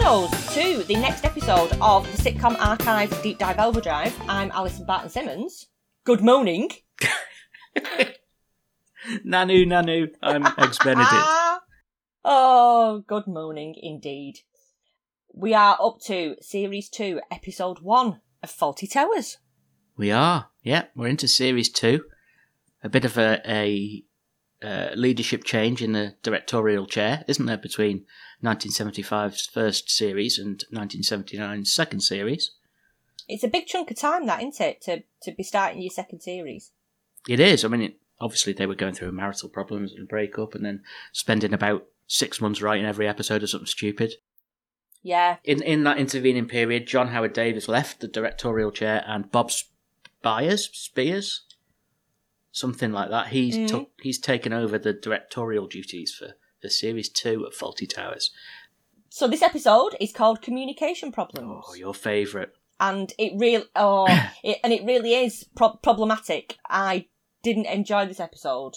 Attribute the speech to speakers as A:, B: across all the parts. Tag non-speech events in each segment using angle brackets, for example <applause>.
A: to the next episode of the Sitcom Archive Deep Dive Overdrive. I'm Alison Barton Simmons. Good morning.
B: Nanu, Nanu, I'm Eggs Benedict.
A: oh, good morning indeed. We are up to Series 2, Episode 1 of Faulty Towers.
B: We are, yeah, we're into series two. A bit of a, a uh, leadership change in the directorial chair, isn't there, between 1975's first series and 1979's second series?
A: It's a big chunk of time, that, isn't it, to, to be starting your second series?
B: It is. I mean, it, obviously they were going through marital problems and breakup, and then spending about six months writing every episode of something stupid.
A: Yeah,
B: In in that intervening period, John Howard Davis left the directorial chair, and Bob Spears, Spears, something like that. He's
A: Mhm.
B: took he's taken over the directorial duties for for series two of Faulty Towers.
A: So this episode is called Communication Problems,
B: Oh, your favourite.
A: and it real <coughs> oh, it, and it really is pro- problematic. I didn't enjoy this episode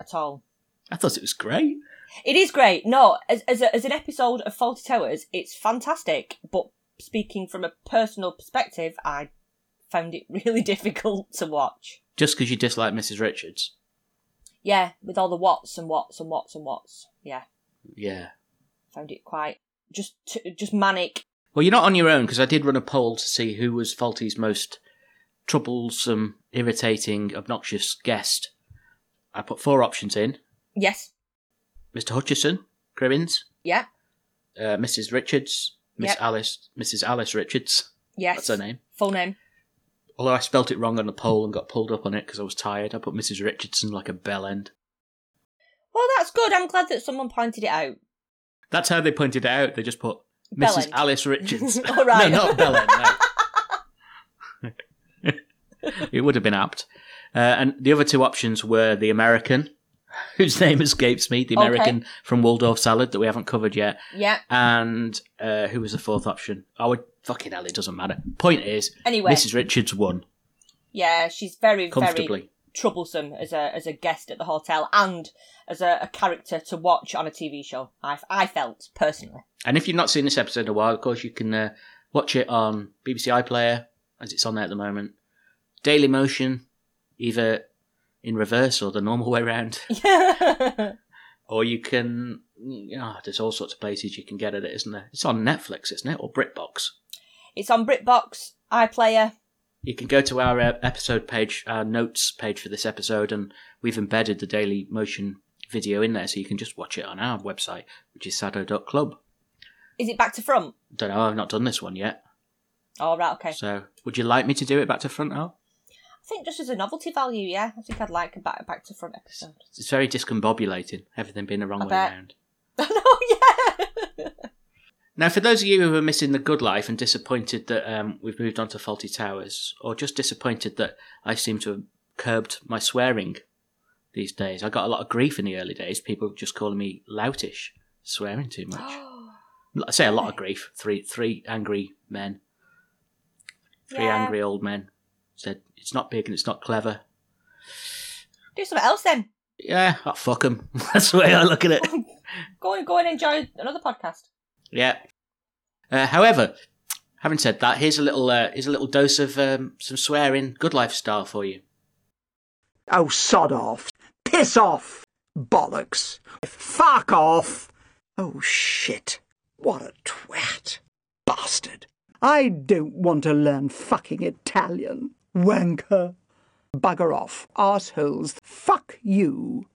A: at all.
B: I thought it was great.
A: It is great. No, as as, a, as an episode of Faulty Towers, it's fantastic. But speaking from a personal perspective, I found it <laughs> really difficult to watch.
B: Just because you dislike Mrs. Richards.
A: Yeah, with all the what's and what's and what's and what's. Yeah,
B: Yeah.
A: found it quite just t- just manic.
B: Well, you're not on your own because I did run a poll to see who was Faulty's most troublesome, irritating, obnoxious guest. I put four options in:
A: Yes.
B: Mr. Hutchison, Crimmins,
A: Yeah.
B: uh, Mrs. Richards, Miss
A: Yep.
B: Alice, Mrs. Alice Richards.
A: Yes.
B: That's her name.
A: Full name.
B: Although I spelt it wrong on the poll and got pulled up on it because I was tired. I put Mrs. Richardson like a bell end.
A: Well, that's good. I'm glad that someone pointed it out.
B: That's how they pointed it out. They just put
A: Bell
B: Mrs.
A: end.
B: Alice Richards.
A: <laughs> All right.
B: <laughs> no, not bell end. No. <laughs> it would have been apt. Uh, and the other two options were the American, <laughs> whose name escapes me, the
A: Okay.
B: American from Waldorf Salad that we haven't covered yet,
A: Yeah.
B: And uh, who was the fourth option? I would fucking hell, it doesn't matter. Point is,
A: Anyway,
B: Mrs. Richards won
A: yeah, she's very, very
B: comfortably.
A: troublesome as a as a guest at the hotel and as a, a character to watch on a TV show. I I felt personally. <laughs>
B: And if you've not seen this episode in a while, of course, you can uh, watch it on BBC iPlayer as it's on there at the moment. Daily Motion, either in reverse or the normal <laughs> way round, or you can. ah, there's all sorts of places you can get it, isn't there? It's on Netflix, isn't it, or BritBox.
A: it's on BritBox, iPlayer.
B: You can go to our uh, episode page, our notes page for this episode, and we've embedded the Daily Motion video in there, so you can just watch it on our website, which is sado.club.
A: Is it back to front?
B: Don't know, I've not done this one yet.
A: All right, okay.
B: So, would you like me to do it back to front, Al?
A: I think just as a novelty value, yeah. I think I'd like a back back to front episode. <laughs>
B: It's very discombobulating, everything being the wrong
A: I
B: way
A: bet.
B: around.
A: oh
B: <gasps>
A: yeah.
B: Now, for those of you who are missing The Good Life and disappointed that um, we've moved on to Faulty Towers, or just disappointed that I seem to have curbed my swearing these days, I got a lot of grief in the early days, people just calling me loutish, swearing too much.
A: <gasps>
B: I say a lot of grief. Three three angry men, three
A: Yeah.
B: angry old men said it's not big and it's not clever.
A: Do something else then. <laughs>
B: Yeah, oh, fuck 'em. <laughs> That's the way I look at it.
A: Go and go and enjoy another podcast.
B: yeah. Uh, however, having said that, here's a little uh, here's a little dose of um, some swearing good lifestyle for you.
C: Oh, sod off. Piss off. Bollocks. Fuck off. Oh, shit. What a twat. Bastard. I don't want to learn fucking Italian. Wanker. Bugger off. Arseholes. Fuck you.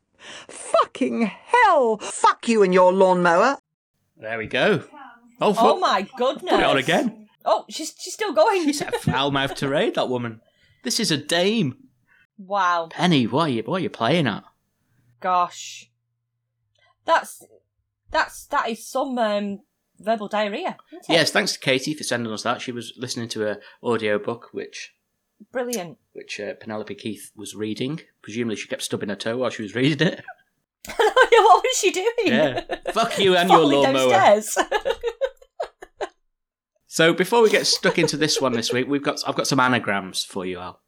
C: Fucking hell. Fuck you and your lawnmower.
B: There we go. Oh, fuck.
A: Oh my goodness.
B: put it on again.
A: Oh, she's she's still going.
B: She's a foul mouthed tirade, that woman. This is a dame.
A: Wow.
B: Penny, why are you why are you playing at?
A: Gosh. That's that's that is some um, verbal diarrhea. Isn't it?
B: Yes, thanks to Katie for sending us that. She was listening to a audio book, which
A: Brilliant. <laughs>
B: which uh, Penelope Keith was reading. Presumably, she kept stubbing her toe while she was
A: <laughs>
B: reading it.
A: what was she doing?
B: Yeah.
A: <laughs>
B: Fuck <laughs> you and your
A: Falling
B: lawnmower.
A: downstairs. <laughs>
B: So before we get stuck into this one this week, we've got I've got some anagrams for you, Al.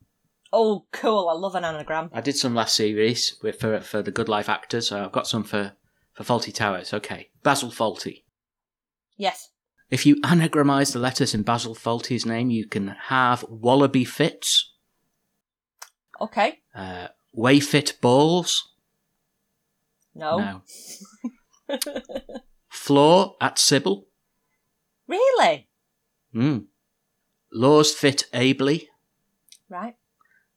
A: oh, cool. I love an anagram.
B: I did some last series with, for for the Good Life actors, so I've got some for for Faulty Towers. Okay, Basil Faulty.
A: Yes.
B: If you anagramise the letters in Basil Fawlty's name, you can have Wallaby Fits,
A: Okay.
B: uh, Wayfit Balls,
A: No.
B: no. Floor at Sybil,
A: Really?
B: mm. Laws Fit Ably,
A: Right.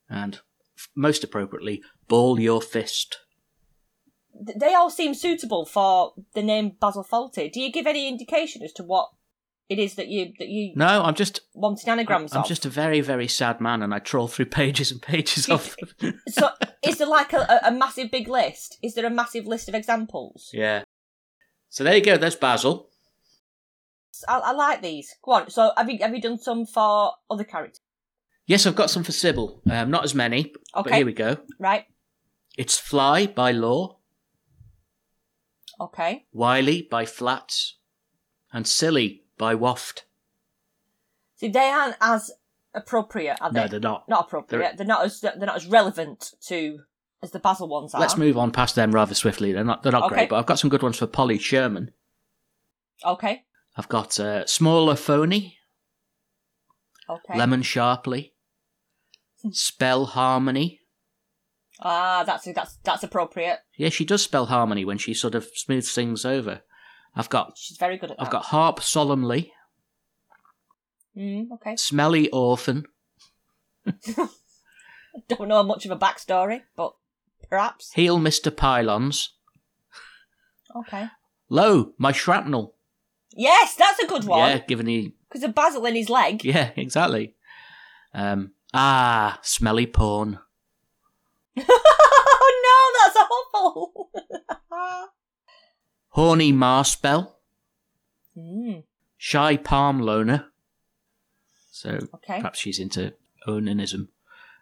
B: and f- most appropriately, Ball Your Fist.
A: Th- They all seem suitable for the name Basil Fawlty. Do you give any indication as to what it is that you that you
B: No, I'm just
A: want an anagrams
B: I'm
A: of?
B: just a very, very sad man, and I troll through <laughs> pages and pages of. <laughs>
A: So, is there like a, a a massive big list? Is there a massive list of examples?
B: yeah. So there you go. There's Basil.
A: I, I like these. Go on. So, have you have you done some for other characters?
B: Yes, I've got some for Sybil. Um, not as many, but
A: Okay.
B: here we go.
A: Right.
B: It's Fly by Law,
A: Okay.
B: Wiley by Flats, and Silly by Waft.
A: See, they aren't as appropriate, are they?
B: No, they're not.
A: not appropriate. They're, not as they're not as relevant to as the Basil ones are.
B: Let's move on past them rather swiftly. They're not. They're not
A: Okay.
B: great, but I've got some good ones for Polly Sherman.
A: Okay.
B: I've got uh, Smaller Phony,
A: Okay. Hmm.
B: Lemon Sharply, Spell Harmony.
A: Ah, that's that's that's appropriate.
B: Yeah, she does spell harmony when she sort of smooths things over. I've got
A: She's very good at that.
B: I've got harp solemnly,
A: Mm, okay. <laughs>
B: smelly orphan,
A: Don't know much of a backstory, but perhaps.
B: heel Mister Pylons,
A: Okay.
B: lo my shrapnel.
A: Yes, that's a good
B: Yeah,
A: one.
B: given the
A: Because of Basil in his leg.
B: yeah <laughs> exactly. Um, ah, smelly porn.
A: <laughs> oh no, that's awful. <laughs>
B: Horny marspell,
A: mm,
B: shy palm loner. So
A: okay.
B: perhaps she's into onanism.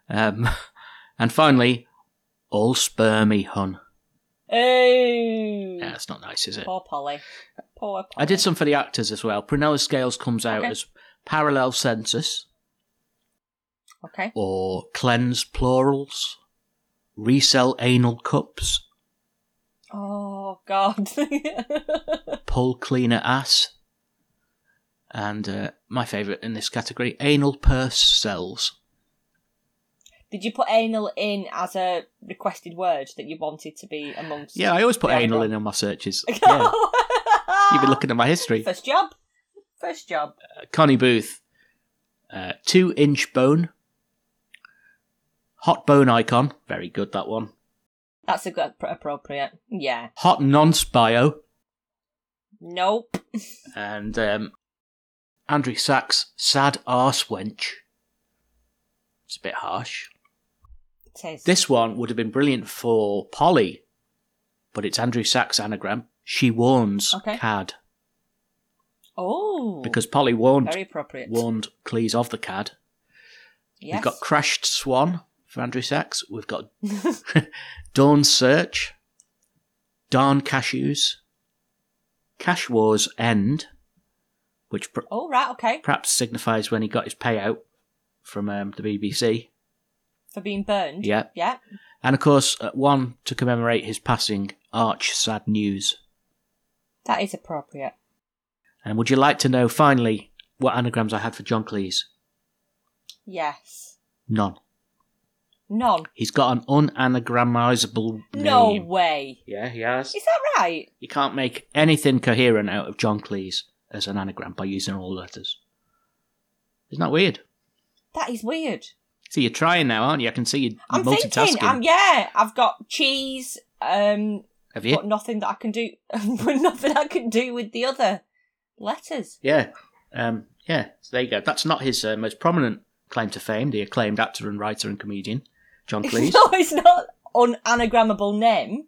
B: Um, <laughs> and finally, all spermy hun.
A: Oh,
B: Yeah, that's not nice, is it?
A: poor Polly. Poor. Polly.
B: I did some for the actors as well. Prunella Scales comes out
A: Okay.
B: as parallel census
A: Okay.
B: or cleanse plurals, resell anal cups,
A: Oh God. <laughs>
B: pull cleaner ass, and uh, my favourite in this category, anal purse cells.
A: Did you put anal in as a requested word that you wanted to be amongst? <laughs>
B: Yeah, I always put
A: Yeah,
B: anal
A: yeah.
B: in on my searches. Yeah, you've been looking at
A: <laughs>
B: my history.
A: First job. First job.
B: Connie Booth, uh, two inch bone, hot bone icon, very good that one.
A: That's a good appropriate. Yeah.
B: Hot nonce bio,
A: Nope.
B: and um, Andrew Sachs, sad arse wench. It's a bit harsh.
A: It is.
B: This one would have been brilliant for Polly, but it's Andrew Sachs anagram. She warns
A: Okay.
B: Cad
A: Oh.
B: because Polly warned
A: very appropriate.
B: warned Cleese of the Cad.
A: yes.
B: We've got crashed swan for Andrew Sachs.
A: <laughs>
B: We've got Dawn Search, Darn Cashews, Cash Wars End, which pr-
A: oh right. Okay.
B: perhaps signifies when he got his payout from um, the BBC.
A: For being burned.
B: Yeah.
A: Yeah.
B: And of course, uh, one to commemorate his passing, Arch Sad News.
A: That is appropriate.
B: And would you like to know, finally, what anagrams I had for John Cleese?
A: Yes.
B: None.
A: None.
B: He's got an unanagrammizable name.
A: No way.
B: Yeah, he has.
A: Is that right?
B: You can't make anything coherent out of John Cleese as an anagram by using all letters. Isn't that weird?
A: That is weird.
B: See, you're trying now, aren't you? I can see you
A: I'm
B: multitasking.
A: thinking. I'm, yeah. I've got cheese. Um.
B: Have you?
A: But nothing that I can do. <laughs> but nothing I can do with the other letters.
B: Yeah. Um, yeah. So there you go. That's not his uh, most prominent claim to fame, the acclaimed actor and writer and comedian, John Cleese.
A: no, it's not an anagrammable name.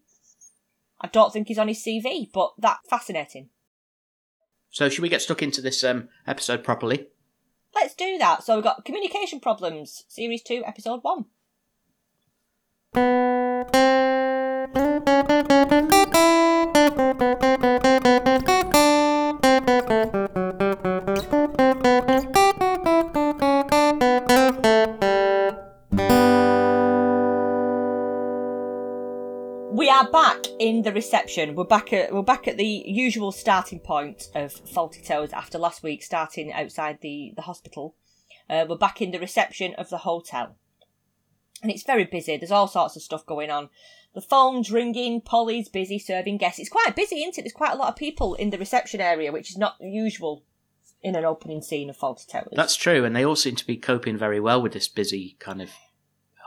A: I don't think he's on his CV, but that fascinating.
B: So, should we get stuck into this um, episode properly?
A: Let's do that. So we've got communication problems, series two, episode one. We are back in the reception. We're back at we're back at the usual starting point of Faulty Towers after last week starting outside the the hospital. Uh, we're back in the reception of the hotel, and it's very busy. There's all sorts of stuff going on. The phone's ringing. Polly's busy serving guests. It's quite busy, isn't it? There's quite a lot of people in the reception area, which is not usual in an opening scene of Faulty Towers.
B: That's true, and they all seem to be coping very well with this busy kind of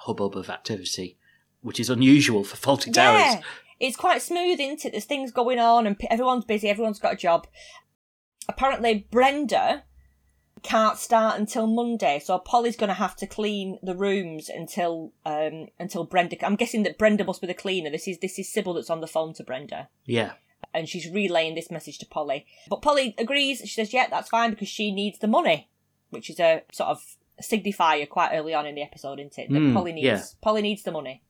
B: hubbub of activity, which is unusual for Faulty
A: Yeah,
B: Towers.
A: it's quite smooth, isn't it? There's things going on, and p- everyone's busy. Everyone's got a job. Apparently, Brenda can't start until Monday, so Polly's going to have to clean the rooms until um until Brenda. I'm guessing that Brenda must be the cleaner. This is this is Sybil that's on the phone to Brenda
B: Yeah,
A: and she's relaying this message to Polly. But Polly agrees. She says, "Yeah, that's fine because she needs the money," which is a sort of signifier quite early on in the episode, isn't it? That
B: Mm,
A: Polly needs
B: yeah.
A: Polly needs the money.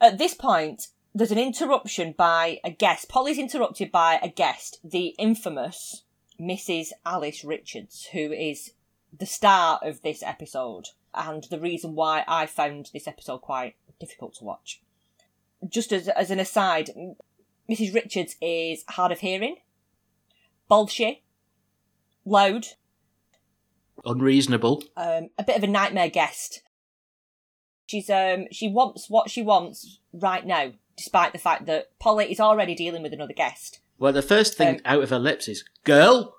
A: At this point, there's an interruption by a guest. Polly's interrupted by a guest, the infamous Mrs. Alice Richards, who is the star of this episode and the reason why I found this episode quite difficult to watch. Just as as an aside, Mrs. Richards is hard of hearing, bolshy, loud,
B: unreasonable.
A: um, a bit of a nightmare guest. She's um she wants what she wants right now, despite the fact that Polly is already dealing with another guest.
B: Well, the first thing
A: Um,
B: out of her lips is "girl."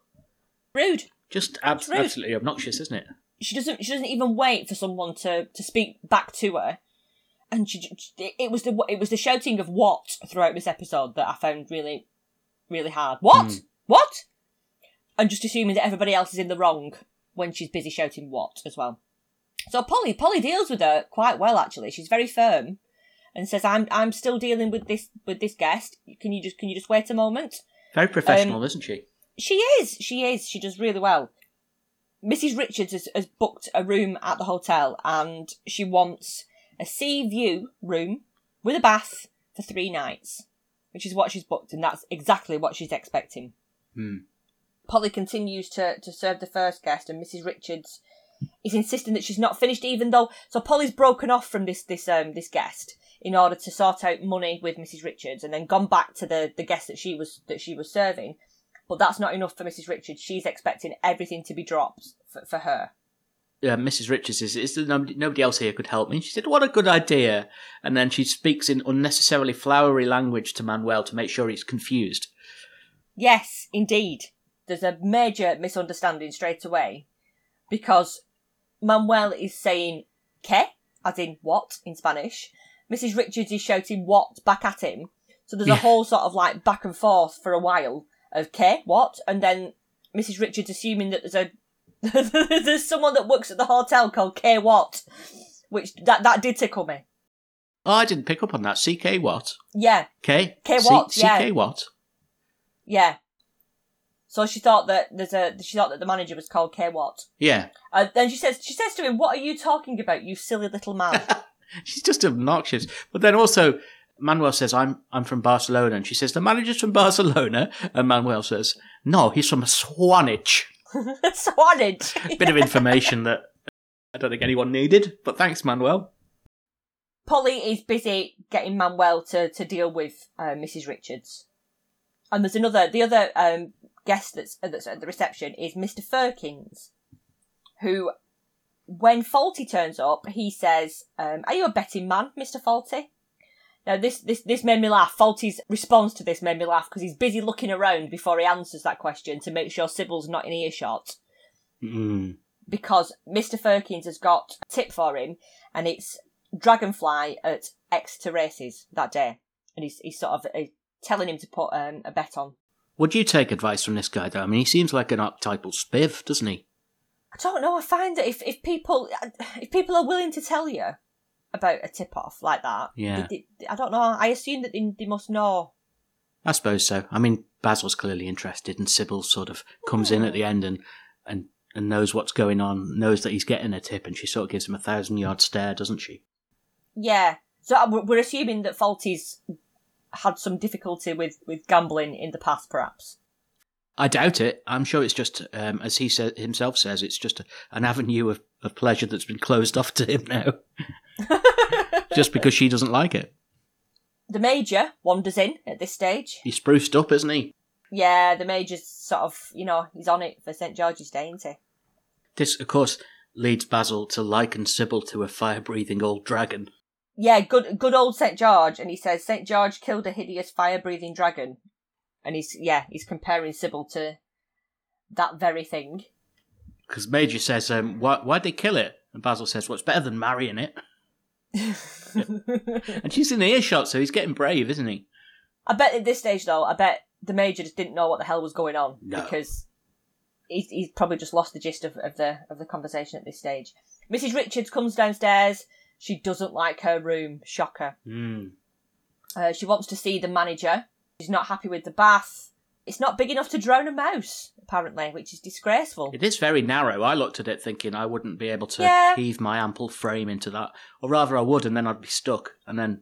A: Rude.
B: Just ab-
A: It's rude.
B: absolutely obnoxious, isn't it?
A: She doesn't she doesn't even wait for someone to to speak back to her. And she, ju- it it was the it was the shouting of what throughout this episode that I found really really hard. What? What? And just assuming that everybody else is in the wrong when she's busy shouting what as well. So Polly, Polly deals with her quite well actually. She's very firm and says, "I'm I'm still dealing with this with this guest. Can you just can you just wait a moment?"
B: Very
A: Um,
B: professional, isn't she?
A: She is, she is, she does really well. Mrs. Richards has, has booked a room at the hotel and she wants a sea view room with a bath for three nights, which is what she's booked and that's exactly what she's expecting.
B: Hmm.
A: Polly continues to, to serve the first guest, and Mrs. Richards is insisting that she's not finished, even though so Polly's broken off from this this um this guest in order to sort out money with Mrs. Richards, and then gone back to the the guest that she was that she was serving. But that's not enough for Mrs. Richards. She's expecting everything to be dropped for, for her.
B: uh, Mrs. Richards is, is there nobody, nobody else here could help me? She said, What a good idea. And then she speaks in unnecessarily flowery language to Manuel to make sure he's confused.
A: Yes, indeed. There's a major misunderstanding straight away because Manuel is saying que, as in what in Spanish. Mrs. Richards is shouting what back at him. So there's a
B: Yeah.
A: whole sort of like back and forth for a while of que, what, and then Mrs. Richards assuming that there's a <laughs> there's someone that works at the hotel called K Watt, which that that did tickle me.
B: Oh, I didn't pick up on that. CK what?
A: Yeah,
B: K?
A: K what,
B: C-
A: yeah.
B: CK what?
A: yeah. So she thought that there's a she thought that the manager was called K Watt.
B: Yeah.
A: Uh, then she says, she says to him, "What are you talking about, you silly little man?" <laughs>
B: She's just obnoxious. But then also, Manuel says, I'm, I'm from Barcelona. And she says, The manager's from Barcelona. And Manuel says, No, he's from Swanage.
A: Swanage.
B: Bit of information that I don't think anyone needed. But thanks, Manuel.
A: <laughs> Polly is busy getting Manuel to to deal with uh, Mrs. Richards, and there's another the other um, guest that's uh, that's at the reception is Mr. Firkins, who, when Faulty turns up, he says, um, "Are you a betting man, Mr. Faulty?" Now this this this made me laugh. Faulty's response to this made me laugh because he's busy looking around before he answers that question to make sure Sybil's not in earshot.
B: Mm.
A: because Mr. Firkins has got a tip for him, and it's Dragonfly at Exeter Races that day, and he's, he's sort of uh, telling him to put um, a bet on.
B: Would you take advice from this guy, though? I mean, he seems like an archetypal spiv, doesn't he?
A: I don't know. I find that if, if people if people are willing to tell you about a tip off like that,
B: Yeah.
A: they- they- I don't know. I assume that they, they must know.
B: I suppose so. I mean, Basil's clearly interested, and Sybil sort of comes in at the end and, and, and knows what's going on, knows that he's getting a tip, and she sort of gives him a thousand yard stare, doesn't she?
A: Yeah. So uh, we're- we're assuming that Faulty's had some difficulty with, with gambling in the past, perhaps.
B: I doubt it. I'm sure it's just, um, as he sa- himself says, it's just a, an avenue of, of pleasure <laughs> that's been closed off to him now, just because she doesn't like it.
A: The Major wanders in at this stage.
B: He's spruced up, isn't he?
A: Yeah, the Major's sort of, you know, he's on it for St. George's Day, isn't he?
B: This, of course, leads Basil to liken Sybil to a fire breathing old dragon.
A: Yeah, good good old St. George. And he says, St. George killed a hideous fire breathing dragon. And he's, yeah, he's comparing Sybil to that very thing.
B: Because Major says, um, why, Why'd they kill it? And Basil says, Well, it's better than marrying it. And she's in earshot, so he's getting brave, isn't he?
A: I bet at this stage though, I bet the major just didn't know what the hell was going on
B: No.
A: because he's, he's probably just lost the gist of, of the of the conversation at this stage. Mrs. Richards comes downstairs. She doesn't like her room. Shocker.
B: Mm.
A: Uh, she wants to see the manager. She's not happy with the bath. It's not big enough to drown a mouse, apparently, which is disgraceful. <laughs>
B: It is very narrow. I looked at it thinking I wouldn't be able to
A: Yeah.
B: heave my ample frame into that. Or rather, I would, and then I'd be stuck. And then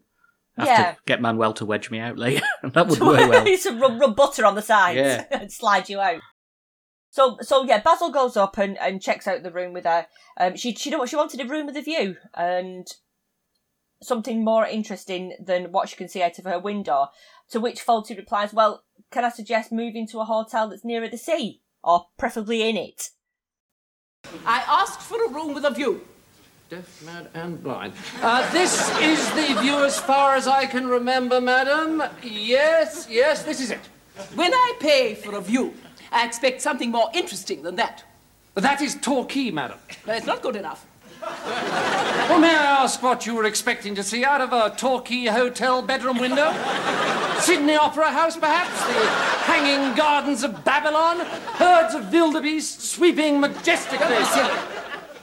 B: have
A: Yeah.
B: to get Manuel to wedge me out <laughs> later.
A: <laughs>
B: that would work well.
A: It's a rub, rub butter on the sides
B: Yeah.
A: <laughs> and slide you out. So, so yeah, Basil goes up and, and checks out the room with her. Um, she she don't, she wanted a room with a view and something more interesting than what she can see out of her window. To which Faulty replies, "Well, can I suggest moving to a hotel that's nearer the sea or preferably in it?"
D: I asked for a room with a view.
E: Deaf, mad, and blind. Uh, this is the view as far as I can remember, madam. Yes, yes, this is it.
D: When I pay for a view, I expect something more interesting than that.
E: That is Torquay, madam.
D: But it's not good enough.
E: Well, may I ask what you were expecting to see out of a Torquay hotel bedroom window? Sydney Opera House, perhaps? The hanging gardens of Babylon? Herds of wildebeest sweeping majestically?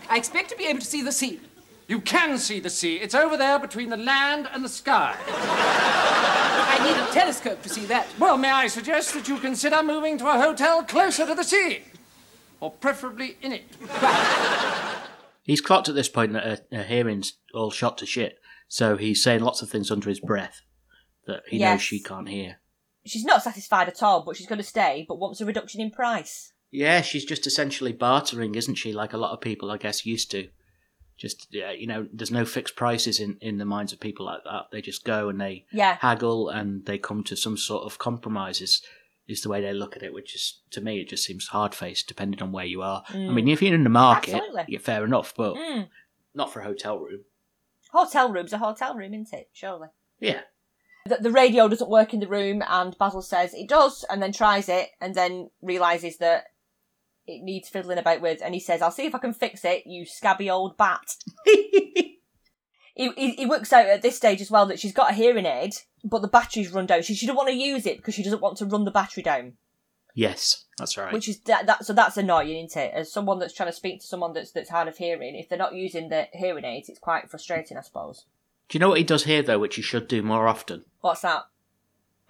D: I expect to be able to see the sea.
E: You can see the sea. It's over there between the land and the sky.
D: I need a telescope to see that.
E: Well, may I suggest that you consider moving to a hotel closer to the sea? Or preferably in it.
B: He's clocked at this point that her, her hearing's all shot to shit, so he's saying lots of things under his breath that he knows
A: Yes.
B: she can't hear.
A: She's not satisfied at all, but she's going to stay, but wants a reduction in price.
B: Yeah, she's just essentially bartering, isn't she? Like a lot of people, I guess, used to. Just yeah, you know, there's no fixed prices in in the minds of people like that. They just go and they
A: Yeah.
B: haggle and they come to some sort of compromises. Is the way they look at it, which is to me, it just seems hard faced, depending on where you are. I mean, if you're in the market,
A: Mm. Absolutely.
B: you're fair enough, but
A: Mm.
B: not for a hotel room.
A: Hotel room's a hotel room, isn't it? Surely.
B: Yeah,
A: the, the radio doesn't work in the room and Basil says it does and then tries it and then realizes that it needs fiddling about with and he says I'll see if I can fix it you scabby old bat <laughs> he, he, he works out at this stage as well that she's got a hearing aid but the battery's run down she, she doesn't want to use it because she doesn't want to run the battery down
B: yes, that's right.
A: which is that, that so that's annoying isn't it as someone that's trying to speak to someone that's that's hard of hearing if they're not using the hearing aids it's quite frustrating I suppose
B: Do you know what he does here though, which he should do more often?
A: what's that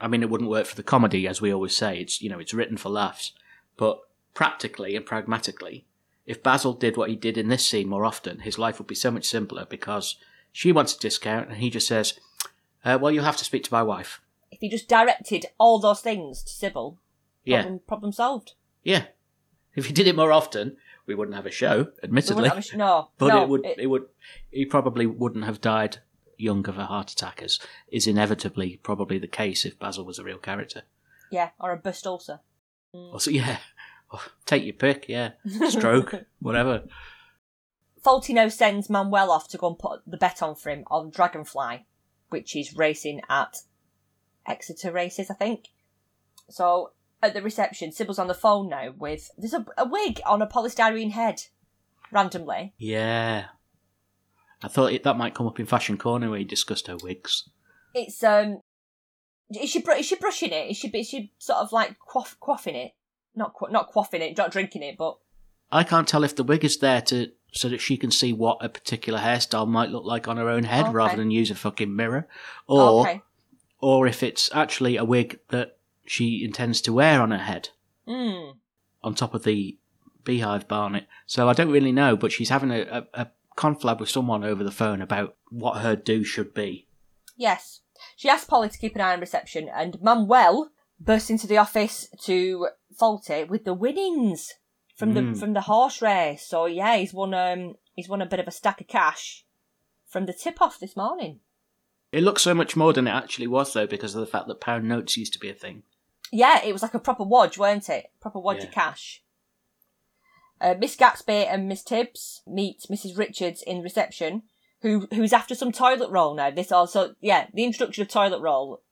B: I mean, it wouldn't work for the comedy, as we always say. It's you know, it's written for laughs, but practically and pragmatically, if Basil did what he did in this scene more often, his life would be so much simpler because she wants a discount and he just says, uh, "Well, you'll have to speak to my wife."
A: if he just directed all those things to Sybil
B: Yeah,
A: problem, problem solved
B: yeah. If he did it more often, we wouldn't have a show,
A: They
B: admittedly.
A: wouldn't have a sh- no,
B: <laughs> but
A: no,
B: it would, it, would, he probably wouldn't have died young of a heart attack, as is inevitably probably the case if Basil was a real character.
A: yeah, or a bust ulcer.
B: Or so, yeah, take your pick. Yeah, stroke,
A: <laughs>
B: whatever.
A: Faultino sends Manuel off to go and put the bet on for him on Dragonfly, which is racing at Exeter Races, I think. So at the reception, Sybil's on the phone now with there's a, a wig on a polystyrene head, randomly.
B: Yeah, I thought it, that might come up in Fashion Corner where he discussed her wigs.
A: It's um, is she br- is she brushing it? Is she is she sort of like quaff, quaffing it? Not qu- not quaffing it, not drinking it, but
B: I can't tell if the wig is there to so that she can see what a particular hairstyle might look like on her own head
A: Okay.
B: rather than use a fucking mirror, or
A: okay,
B: or if it's actually a wig that she intends to wear on her head
A: mm,
B: on top of the beehive barnet. So I don't really know, but she's having a, a, a conflab with someone over the phone about what her do should be.
A: Yes. She asked Polly to keep an eye on reception, and Manuel bursts into the office to Faulty with the winnings from the
B: Mm.
A: from the horse race. So yeah, he's won um he's won a bit of a stack of cash from the tip off this morning.
B: It looks so much more than it actually was, though, because of the fact that pound notes used to be a thing.
A: Yeah, it was like a proper wodge, weren't it? Proper wodge of
B: Yeah.
A: cash. Uh, Miss Gatsby and Miss Tibbs meet Mrs. Richards in reception, who who's after some toilet roll now. This also, yeah, the introduction of toilet roll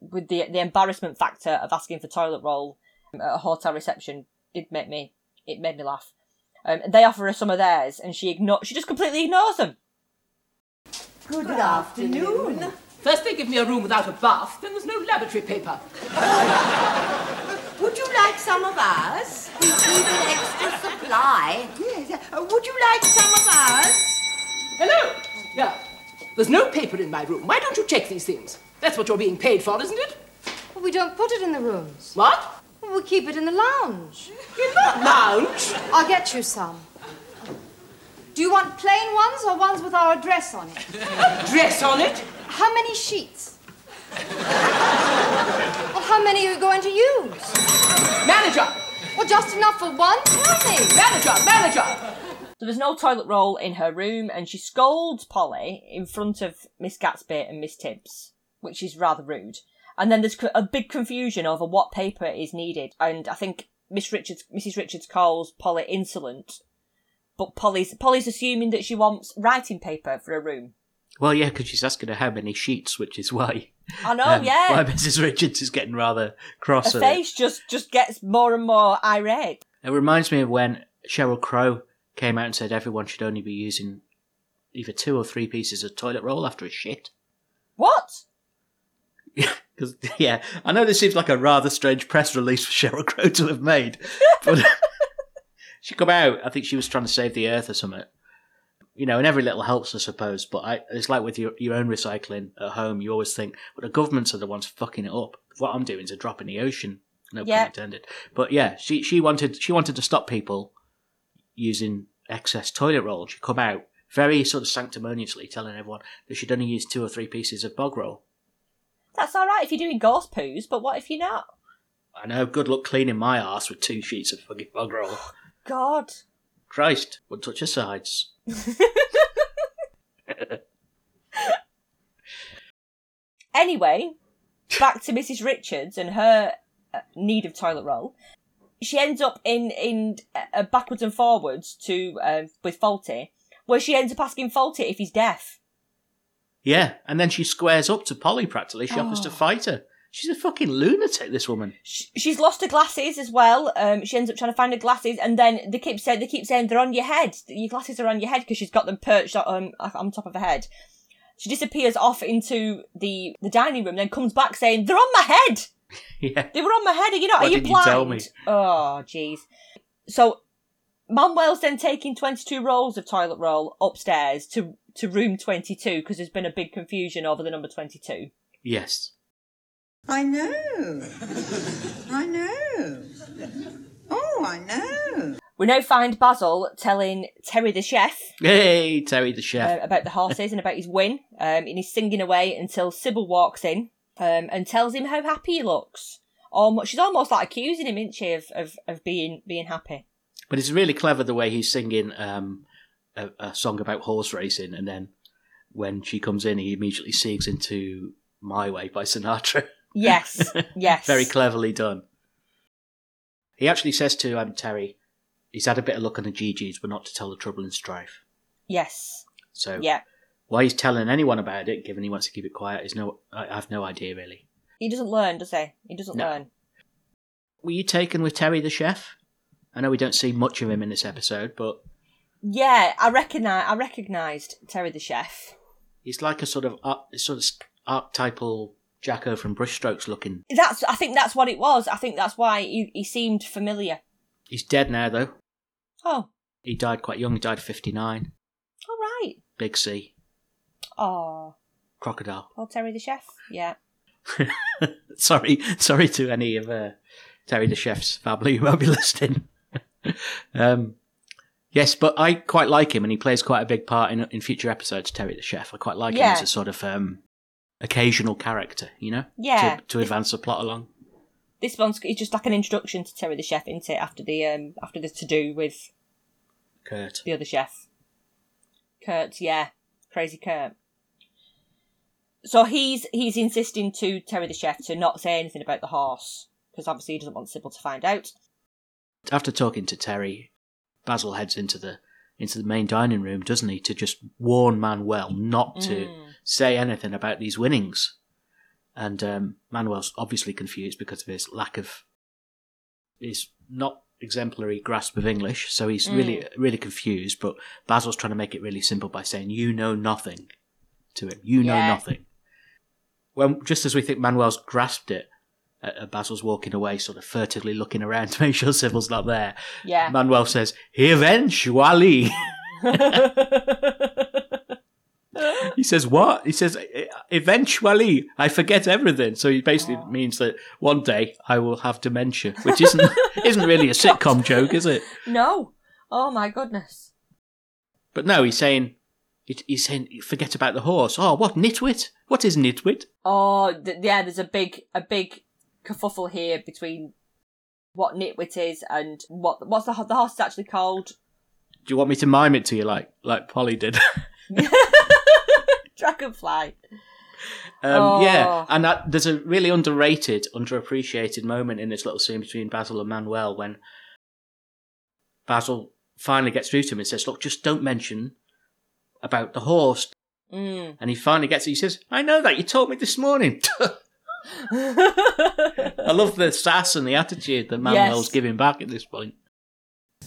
A: with the the embarrassment factor of asking for toilet roll um, at a hotel reception did make me it made me laugh. Um, and they offer her some of theirs, and she ignore she just completely ignores them.
D: First they give me a room without a bath, then there's no laboratory paper.
F: Would you like some of ours? We need an extra supply. Yes. uh, Would you like some of ours?
D: Hello? Yeah. There's no paper in my room. Why don't you check these things? That's what you're being paid for, isn't it?
G: Well, we don't put it in the rooms.
D: What?
G: Well, we keep it in the lounge.
D: In the lounge?
G: I'll get you some. Do you want plain ones or ones with our address on it?
D: Dress on it?
G: How many sheets? well, how many are you going to use?
D: Manager!
G: Well, just enough for one? Tell me.
D: Manager! Manager!
A: So there's no toilet roll in her room, and she scolds Polly in front of Miss Gatsby and Miss Tibbs, which is rather rude. And then there's co- a big confusion over what paper is needed, and I think Miss Richards, Mrs. Richards calls Polly insolent, but Polly's Polly's assuming that she wants writing paper for a room.
B: Well, yeah, because she's asking her how many sheets, which
A: <laughs>
B: is why.
A: I know,
B: um,
A: Oh, yeah.
B: Why Mrs. Richards is getting rather cross.
A: her
B: with it.
A: face just just gets more and more irate.
B: It reminds me of when Cheryl Crow came out and said everyone should only be using either two or three pieces of toilet roll after a shit.
A: What?
B: Because <laughs> yeah, I know this seems like a rather strange press release for Cheryl Crow to have made, but <laughs> she come out. I think she was trying to save the earth or something. You know, and every little helps, I suppose. But I, it's like with your, your own recycling at home. You always think, but the governments are the ones fucking it up. What I'm doing is a drop in the ocean. No
A: Yeah.
B: pun intended. But yeah, she she wanted she wanted to stop people using excess toilet roll. She come out very sort of sanctimoniously telling everyone they should only use two or three pieces of bog roll.
A: That's all right if you're doing gorse poos, but what if you're not?
B: I know. Good luck cleaning my arse with two sheets of fucking bog roll.
A: God.
B: Christ, wouldn't touch her sides.
A: Anyway, back to Mrs. Richards and her uh, need of toilet roll. She ends up in in uh, backwards and forwards to um with Faulty, where she ends up asking Faulty if he's deaf.
B: Yeah, and then she squares up to Polly practically. She offers to
A: Oh.
B: fight her. She's a fucking lunatic, this woman.
A: Sh- She's lost her glasses as well. Um, she ends up trying to find her glasses, and then they keep saying they keep saying they're on your head. Your glasses are on your head because she's got them perched on um, on top of her head. She disappears off into the the dining room, then comes back saying they're on my head.
B: <laughs> Yeah.
A: They were on my head. Are you not?
B: Why
A: Are you
B: didn't you
A: blind?
B: tell me?
A: Oh, jeez. So, Manuel's then taking twenty-two rolls of toilet roll upstairs to to room twenty-two because there's been a big confusion over the number twenty-two.
B: Yes.
F: I know. <laughs> I know. Oh, I know.
A: We now find Basil telling Terry the chef
B: Hey, Terry the
A: uh,
B: chef.
A: about the horses and about his win, um, and he's singing away until Sybil walks in um, and tells him how happy he looks. Almost, she's almost like accusing him, isn't she, of, of, of being being
B: <laughs>
A: happy?
B: but it's really clever the way he's singing um, a, a song about horse racing, and then when she comes in, he immediately sings into My Way by Sinatra. <laughs>
A: Yes, yes.
B: Very cleverly done. He actually says to um, Terry, he's had a bit of luck on the GGs, but not to tell the trouble and strife.
A: Yes,
B: So
A: yeah.
B: why he's telling anyone about it, given he wants to keep it quiet, is no. I, I have no idea really.
A: He doesn't learn, does he? He doesn't
B: No.
A: learn.
B: Were you taken with Terry the chef? I know we don't see much of him in this episode, but
A: Yeah, I recognize. I recognised Terry the chef.
B: he's like a sort of ar- sort of archetypal Jacko from Brushstrokes looking.
A: That's. I think that's what it was. I think that's why he, he seemed familiar.
B: He's dead now though.
A: Oh,
B: He died quite young. He died fifty nine.
A: all right.
B: Big C
A: Oh,
B: crocodile.
A: poor Terry the chef. Yeah.
B: sorry, sorry to any of uh, Terry the chef's family who might be <laughs> listening. um, yes, but I quite like him, and he plays quite a big part in in future episodes. Terry the chef, I quite like
A: Yeah.
B: him as a sort of um, occasional character, you know,
A: Yeah.
B: to, to advance the plot along.
A: This one's it's just like an introduction to Terry the chef, isn't it? After the um, after the to do with
B: Kurt,
A: the other chef, Kurt. Yeah, crazy Kurt. so he's he's insisting to Terry the chef to not say anything about the horse because obviously he doesn't want Sybil to find out.
B: After talking to Terry, Basil heads into the into the main dining room, doesn't he, to just warn Manuel not to say anything about these winnings. And um, Manuel's obviously confused because of his lack of his not exemplary grasp of English, so he's really really confused. But Basil's trying to make it really simple by saying, "You know nothing," to him. You know
A: Yeah.
B: nothing. When just as we think Manuel's grasped it, uh, uh, Basil's walking away, sort of furtively looking around to make sure Sybil's not there.
A: Yeah.
B: Manuel says, "Eventually." <laughs> He says, What? He says, "E- Eventually, I forget everything. So he basically means that one day I will have dementia, which isn't <laughs> isn't really a sitcom joke, is it?
A: no. Oh my goodness.
B: But no, he's saying, he- He's saying, Forget about the horse. Oh, what? Nitwit? What is nitwit?
A: Oh th- yeah, there's a big a big kerfuffle here between what nitwit is and what what's the ho- the horse is actually called.
B: Do you want me to mime it to you like, like Polly did? <laughs>
A: Dragonfly.
B: Um,
A: Oh.
B: Yeah, and that, there's a really underrated, underappreciated moment in this little scene between Basil and Manuel when Basil finally gets through to him and says, "Look, just don't mention about the horse."
A: Mm.
B: And he finally gets it. He says, "I know that you told me this morning." <laughs> I love the sass and the attitude that Manuel's
A: Yes.
B: giving back at this point.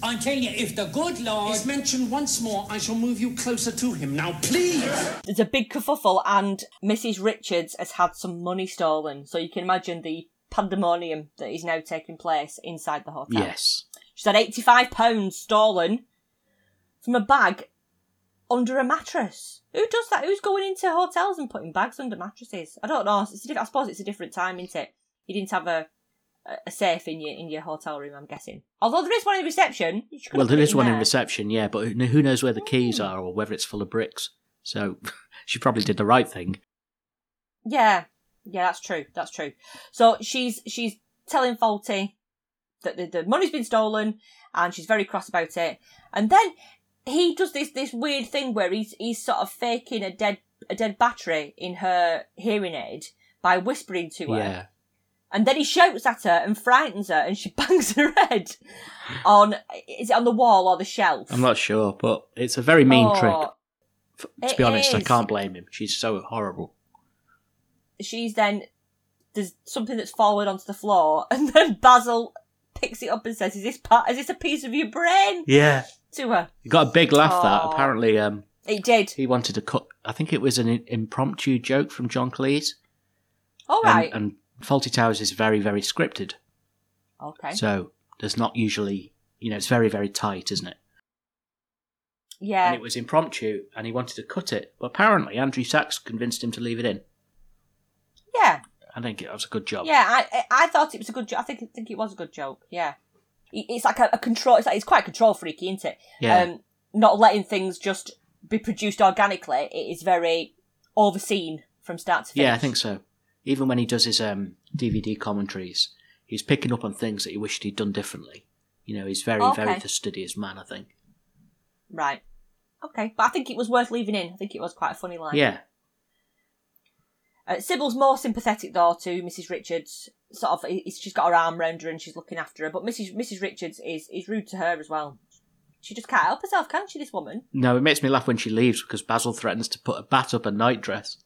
H: I'm telling you, if the good Lord
E: Is mentioned once more, I shall move you closer to him. Now, please!
A: there's a big kerfuffle, and Mrs. Richards has had some money stolen. So you can imagine the pandemonium that is now taking place inside the hotel.
B: Yes,
A: She's had £85 stolen from a bag under a mattress. Who does that? Who's going into hotels and putting bags under mattresses? I don't know. It's a diff- I suppose it's a different time, isn't it? You didn't have a a- a safe in your in your hotel room, I'm guessing. Although there is one in reception. You should
B: well,
A: put
B: there
A: it
B: is one in
A: there.
B: reception, yeah, but who who knows where the keys are or whether it's full of bricks? So <laughs> she probably did the right thing.
A: Yeah, yeah, that's true. That's true. So she's she's telling Faulty that the, the money's been stolen, and she's very cross about it. And then he does this this weird thing where he's he's sort of faking a dead a dead battery in her hearing aid by whispering to her,
B: Yeah.
A: and then he shouts at her and frightens her, and she <laughs> bangs her head on is it on the wall or the shelf?
B: I'm not sure, but it's a very mean
A: Oh,
B: trick. F- To
A: it
B: be honest, I
A: is.
B: can't blame him. She's so horrible.
A: she's then there's something that's fallen onto the floor, <laughs> and then Basil picks it up and says, "Is this part? Is this a piece of your brain?"
B: Yeah,
A: To her,
B: he got a big laugh. That
A: Aw.
B: apparently, um,
A: it did.
B: he wanted to cut. I think it was an i- impromptu joke from John Cleese.
A: All
B: And-
A: right,
B: And, Faulty Towers is very, very scripted,
A: okay,
B: so there's not usually, you know, it's very, very tight, isn't it?
A: yeah.
B: And it was impromptu, and he wanted to cut it, but apparently Andrew Sachs convinced him to leave it in.
A: yeah,
B: I think it was a good job.
A: yeah. I I- I thought it was a good joke. I think I think it was a good joke. Yeah, It- it's like a, a control. It's like it's quite control freaky, isn't it?
B: Yeah.
A: Um, not letting things just be produced organically. It is very overseen from start to finish.
B: Yeah, I think so. Even when he does his um, DVD commentaries, he's picking up on things that he wished he'd done differently. You know, he's very, very
A: Okay.
B: fastidious man, I think.
A: Right. Okay, but I think it was worth leaving in. I think it was quite a funny line.
B: Yeah,
A: Uh, Sybil's more sympathetic though to Mrs. Richards. Sort of, i- she's got her arm round her and she's looking after her. But Mrs. Mrs. Richards is is rude to her as well. She just can't help herself, can she? This woman.
B: No, it makes me laugh when she leaves because Basil threatens to put a bat up a nightdress.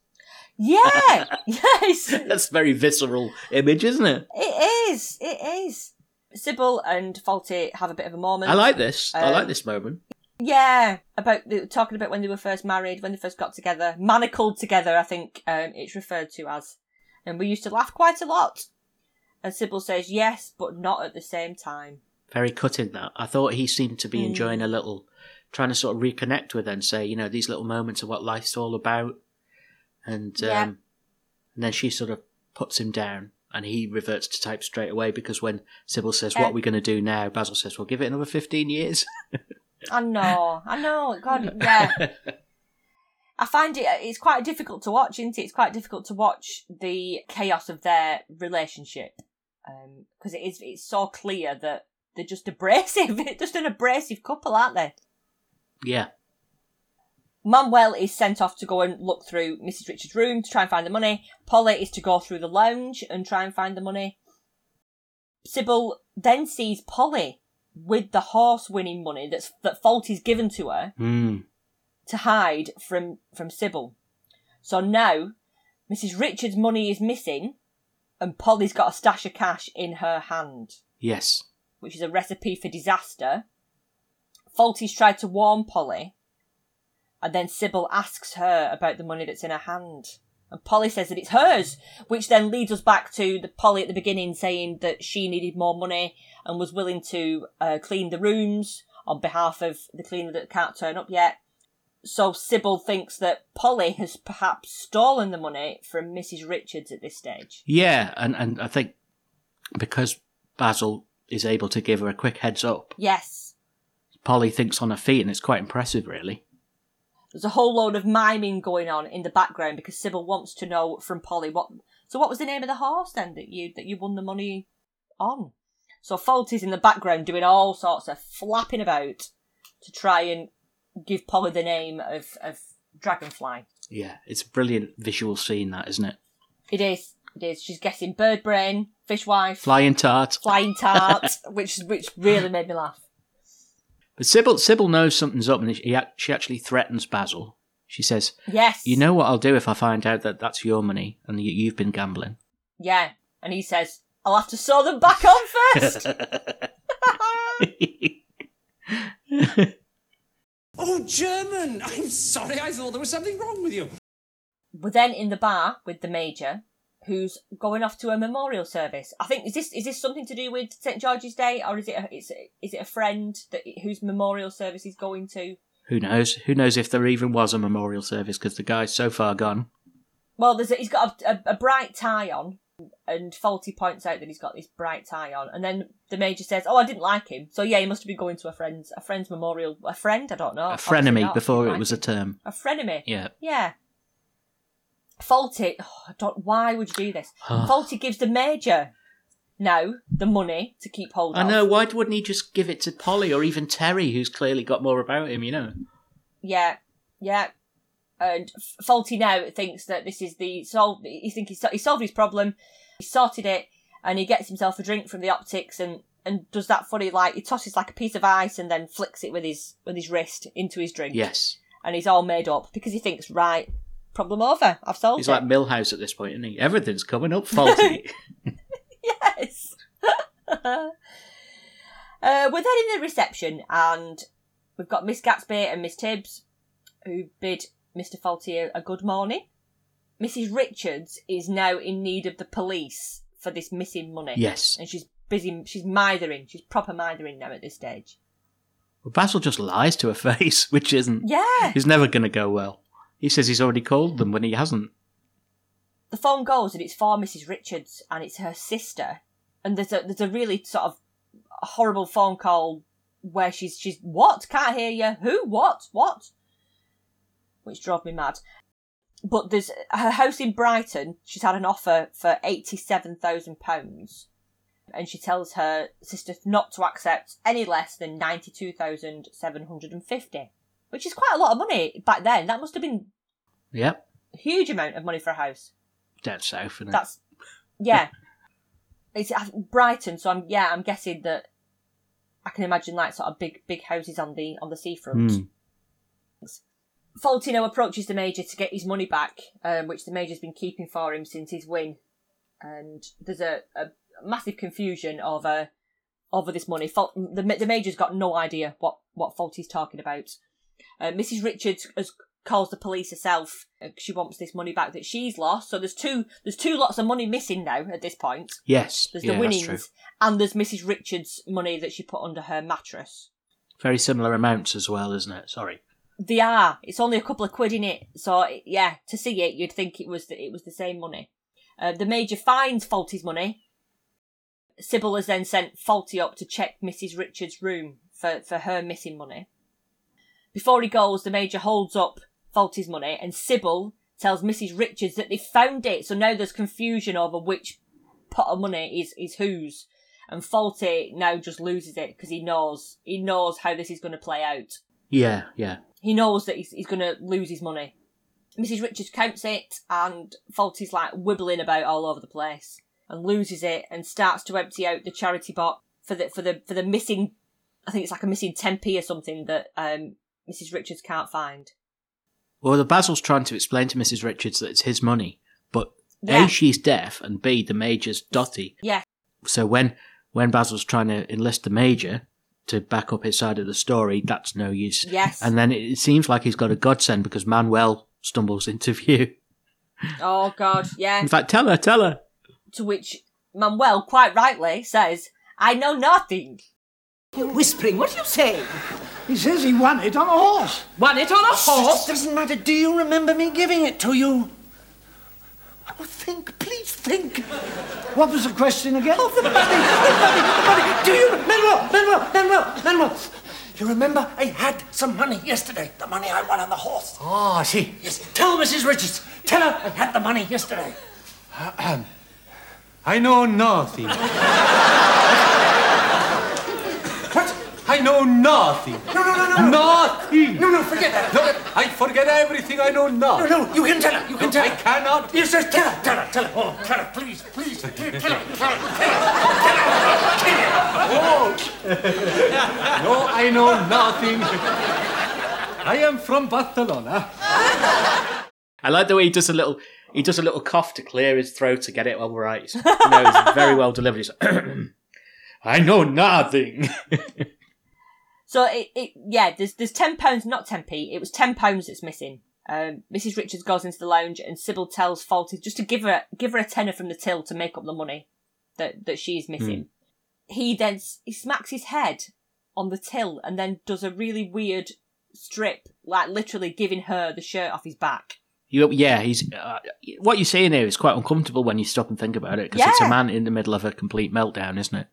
A: Yeah. yes.
B: <laughs> That's a very visceral image, isn't it?
A: It is. It is. Sybil and Faulty have a bit of a moment.
B: I like this. I
A: Um,
B: like this moment.
A: Yeah, about the, talking about when they were first married, when they first got together, manacled together. I think um, it's referred to as, and we used to laugh quite a lot. And Sybil says yes, but not at the same time.
B: Very cutting that. I thought he seemed to
A: Hmm.
B: be enjoying a little, trying to sort of reconnect with her and say, you know, these little moments are what life's all about. And
A: Yeah.
B: um, and then she sort of puts him down, and he reverts to type straight away because when Sybil says, "What
A: Yeah.
B: are we going to do now?" Basil says, "We'll give it another fifteen years." <laughs>
A: I know, I know. God, yeah. I find it it's quite difficult to watch, isn't it? It's quite difficult to watch the chaos of their relationship because it is it's so clear that they're <laughs> just abrasive, just an abrasive couple, aren't they?
B: yeah,
A: Manuel is sent off to go and look through Mrs. Richards' room to try and find the money. Polly is to go through the lounge and try and find the money. Sybil then sees Polly with the horse winning money that's that Faulty's given to her
B: Hmm.
A: to hide from from Sybil. So now Mrs. Richards' money is missing, and Polly's got a stash of cash in her hand
B: Yes.
A: which is a recipe for disaster. Faulty's tried to warn Polly, and then Sybil asks her about the money that's in her hand. And Polly says that it's hers, which then leads us back to the Polly at the beginning saying that she needed more money and was willing to uh, clean the rooms on behalf of the cleaner that can't turn up yet. So Sybil thinks that Polly has perhaps stolen the money from Mrs. Richards at this stage.
B: Yeah, and, and I think because Basil is able to give her a quick heads up,
A: Yes,
B: Polly thinks on her feet, and it's quite impressive, really.
A: There's a whole load of miming going on in the background because Sybil wants to know from Polly what. So what was the name of the horse then that you that you won the money on? So Faulty's in the background doing all sorts of flapping about to try and give Polly the name of of Dragonfly.
B: Yeah, it's a brilliant visual scene, that isn't it?
A: It is. It is. She's guessing bird brain, fishwife,
B: Flying tart.
A: flying
B: <laughs>
A: tart, which which really made me laugh.
B: But Sybil, Sybil knows something's up, and she, ac- she actually threatens Basil. She says,
A: Yes.
B: "You know what I'll do if I find out that that's your money and that you've been gambling." <laughs>
A: Yeah. And he says, "I'll have to sew them back
B: <laughs>
A: on first.
H: Oh, German! I'm sorry, I thought there was something wrong with you.
A: we're then in the bar with the major who's going off to a memorial service i think is this is this something to do with st george's day or is it a, it's, is it a friend that whose memorial service he's going to
B: Who knows? Who knows if there even was a memorial service because the guy's so far gone.
A: well there's a, he's got a, a, a bright tie on and faulty points out that he's got this bright tie on and then the major says oh i didn't like him so yeah he must have been going to a friend's a friend's memorial a friend i don't know
B: A
A: Obviously
B: frenemy
A: not,
B: before
A: didn't
B: it was a
A: like
B: term.
A: him. a frenemy
B: Yeah.
A: Yeah. Faulty. Oh, I don't, why would you do
B: <sighs>
A: this? Faulty gives the major now the money to keep hold
B: I
A: of.
B: know. Why wouldn't he just give it to Polly or even Terry, who's clearly got more about him? You know.
A: Yeah, yeah. And F- Faulty now thinks that this is the solve. He thinks he's, he solved his problem, he sorted it, and he gets himself a drink from the optics and and does that funny like he tosses like a piece of ice and then flicks it with his with his wrist into his drink.
B: Yes.
A: and he's all made up because he thinks right, problem over. I've solved
B: He's
A: it.
B: like Millhouse at this point, isn't he? Everything's coming
A: <laughs>
B: up faulty.
A: yes. <laughs> uh, we're then in the reception, and we've got Miss Gatsby and Miss Tibbs, who bid Mr. Faulty a, a good morning. Mrs. Richards is now in need of the police for this missing money.
B: yes.
A: And she's busy, she's mithering, she's proper mithering now at this stage.
B: Well, Basil just lies to her <laughs> face, which isn't.
A: Yeah.
B: Is never going to go well. He says he's already called them when he hasn't.
A: the phone goes and it's for Mrs. Richards and it's her sister. And there's a there's a really sort of horrible phone call where she's she's what can't hear you who what what, which drove me mad. But there's her house in Brighton. She's had an offer for eighty seven thousand pounds, and she tells her sister not to accept any less than ninety two thousand seven hundred and fifty, which is quite a lot of money back then. That must have been
B: Yep.
A: a huge amount of money for a house.
B: Down south, and
A: That's yeah. It's I think, Brighton, so I'm yeah. I'm guessing that I can imagine like sort of big big houses on the on the seafront.
B: Mm.
A: Faultino approaches the major to get his money back, um, which the major's been keeping for him since his win, and there's a, a massive confusion over over this money. Fault, the, ma- the major's got no idea what what Faulty's talking about. Uh, Mrs. Richards has calls the police herself. uh, She wants this money back that she's lost. So there's two there's two lots of money missing now at this point.
B: yes,
A: There's
B: yeah,
A: the
B: that's true.
A: winnings and there's Mrs. Richards' money that she put under her mattress.
B: Very similar amounts as well, isn't it? Sorry.
A: They are. It's only a couple of quid in it, so it- yeah, to see it, you'd think it was the, it was the same money. Uh, the major finds Faulty's money. Sybil has then sent Faulty up to check Mrs. Richards' room for, for her missing money. Before he goes, the major holds up Faulty's money, and Sybil tells Mrs. Richards that they found it. So now there's confusion over which pot of money is is whose, and Faulty now just loses it because he knows he knows how this is going to play out.
B: Yeah, yeah.
A: He knows that he's, he's going to lose his money. Mrs. Richards counts it, and Faulty's like wibbling about all over the place and loses it and starts to empty out the charity box for the for the for the missing. I think it's like a missing ten p or something that um, Mrs. Richards can't find.
B: Well, the Basil's trying to explain to Mrs. Richards that it's his money, but
A: Yeah.
B: A, she's deaf, and B, the Major's dotty.
A: Yeah,
B: So when when Basil's trying to enlist the Major to back up his side of the story, that's no use.
A: Yes.
B: And then it, it seems like he's got a godsend because Manuel stumbles into view.
A: Oh God, yeah.
B: <laughs> In fact, tell her, tell her.
A: to which Manuel quite rightly says, "I know nothing."
D: You're whispering. What are you saying?
C: He says he won it on a horse.
D: Won it on a
H: It
D: horse?
H: doesn't matter. Do you remember me giving it to you? Oh, think, please think.
C: What was the question again?
H: Oh, the money, the money, the money. Do you Manuel, Manuel, Manuel, Manuel? You remember I had some money yesterday. The money I won on the horse.
D: Ah,
H: Oh, I see. Yes. Tell Mrs. Richards. Tell her I had the money yesterday.
E: I know nothing. what? I know nothing.
H: No, no, no, no.
E: Nothing.
H: No, no, forget that.
E: No, I forget everything. I know
H: No,
E: nothing.
H: no, you can tell her. You can tell
E: I
H: her.
E: cannot.
H: Yes, sir, tell her, tell her, tell her. Oh, tell her, please, <laughs> please. Tell her, tell her, tell her.
E: No, I know nothing. I am from Barcelona.
B: I like the way he does a little. He does a little cough to clear his throat to get it all right. You know, it's very well delivered. He's <clears throat> like, I know nothing. <laughs>
A: So it, it yeah, there's there's ten pounds, not ten p. It was ten pounds that's missing. Um, Mrs. Richards goes into the lounge and Sybil tells Faulty just to give her give her a tenner from the till to make up the money that that she's
B: Hmm.
A: missing. He then s- he smacks his head on the till and then does a really weird strip, like literally giving her the shirt off his back.
B: You, yeah, he's uh, what you're saying here is quite uncomfortable when you stop and think about it because it's
A: Yeah.
B: a man in the middle of a complete meltdown, isn't it?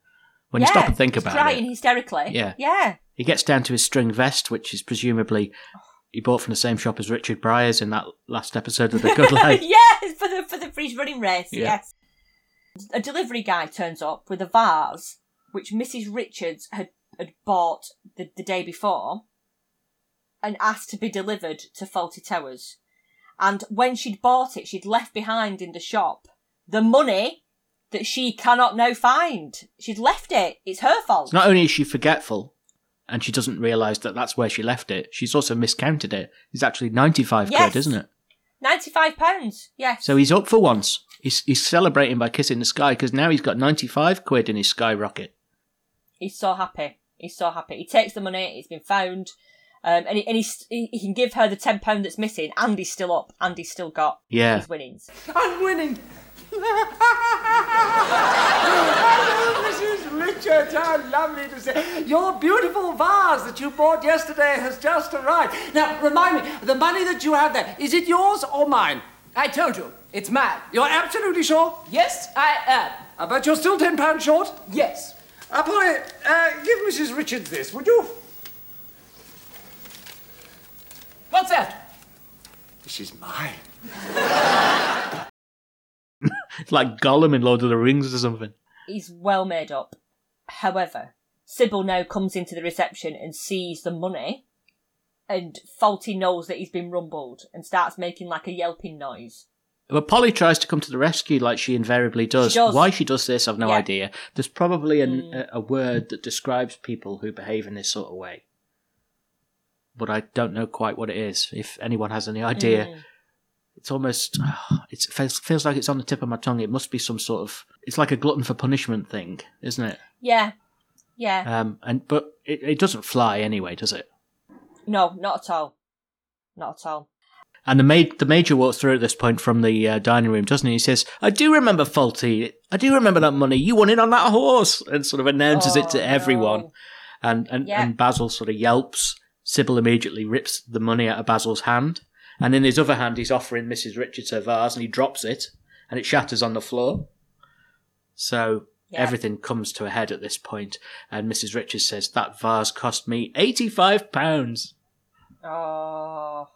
B: When you
A: Yeah,
B: stop and think
A: he's
B: about
A: crying
B: it,
A: hysterically.
B: Yeah.
A: yeah.
B: he gets down to his string vest, which is presumably he bought from the same shop as Richard Bryars in that last episode of The Good Life.
A: <laughs> yes, for the for the freeze running race.
B: Yeah.
A: Yes. A delivery guy turns up with a vase which Mrs. Richards had had bought the, the day before, and asked to be delivered to Faulty Towers. And when she'd bought it, she'd left behind in the shop the money that she cannot now find. She'd left it. It's her fault.
B: Not only is she forgetful and she doesn't realise that that's where she left it, she's also miscounted it. It's actually 95
A: Yes.
B: quid, isn't it?
A: Ninety-five pounds. Yes.
B: So he's up for once. He's, he's celebrating by kissing the sky because now he's got 95 quid in his skyrocket.
A: He's so happy. He's so happy. He takes the money. It's been found, um, and, he, and he's, he he can give her the ten pound that's missing. And he's still up. And he's still got
B: Yeah.
A: his winnings.
H: I'm winning. Hello, Mrs. Richards. How lovely to see your beautiful vase that you bought yesterday has just arrived. Now, remind me, the money that you have there, is it yours or mine?
D: I told you, it's mine.
H: You're absolutely sure?
D: Yes, I am. Uh,
H: I bet you're still ten pounds short.
D: Yes.
H: Uh, Polly, uh, give Mrs. Richards this, would you?
D: What's that?
H: This is mine.
B: It's like Gollum in Lord of the Rings or something.
A: He's well made up. However, Sybil now comes into the reception and sees the money, and Faulty knows that he's been rumbled and starts making like a yelping noise.
B: But Polly tries to come to the rescue like she invariably does.
A: She does.
B: Why she does this, I've no
A: Yeah. Hmm.
B: idea. There's probably an, a, a word that describes people who behave in this sort of way. But I don't know quite what it is. If anyone has any idea,
A: Hmm.
B: it's almost, <sighs> it feels, feels like it's on the tip of my tongue. It must be some sort of, it's like a glutton for punishment thing, isn't it?
A: Yeah, yeah.
B: Um, and But it, it doesn't fly anyway, does it?
A: no, not at all. Not at all.
B: And the maid, the major walks through at this point from the uh, dining room, doesn't he? He says, "I do remember Faulty. I do remember that money you won it on that horse," and sort of announces it
A: Oh,
B: to everyone.
A: no.
B: And and,
A: Yeah.
B: and Basil sort of yelps. Sybil immediately rips the money out of Basil's hand, and in his other hand, he's offering Mrs. Richards her vase, and he drops it, and it shatters on the floor. So
A: Yeah.
B: everything comes to a head at this point, and Mrs. Richards says, "That vase cost me eighty-five pounds."
A: Oh.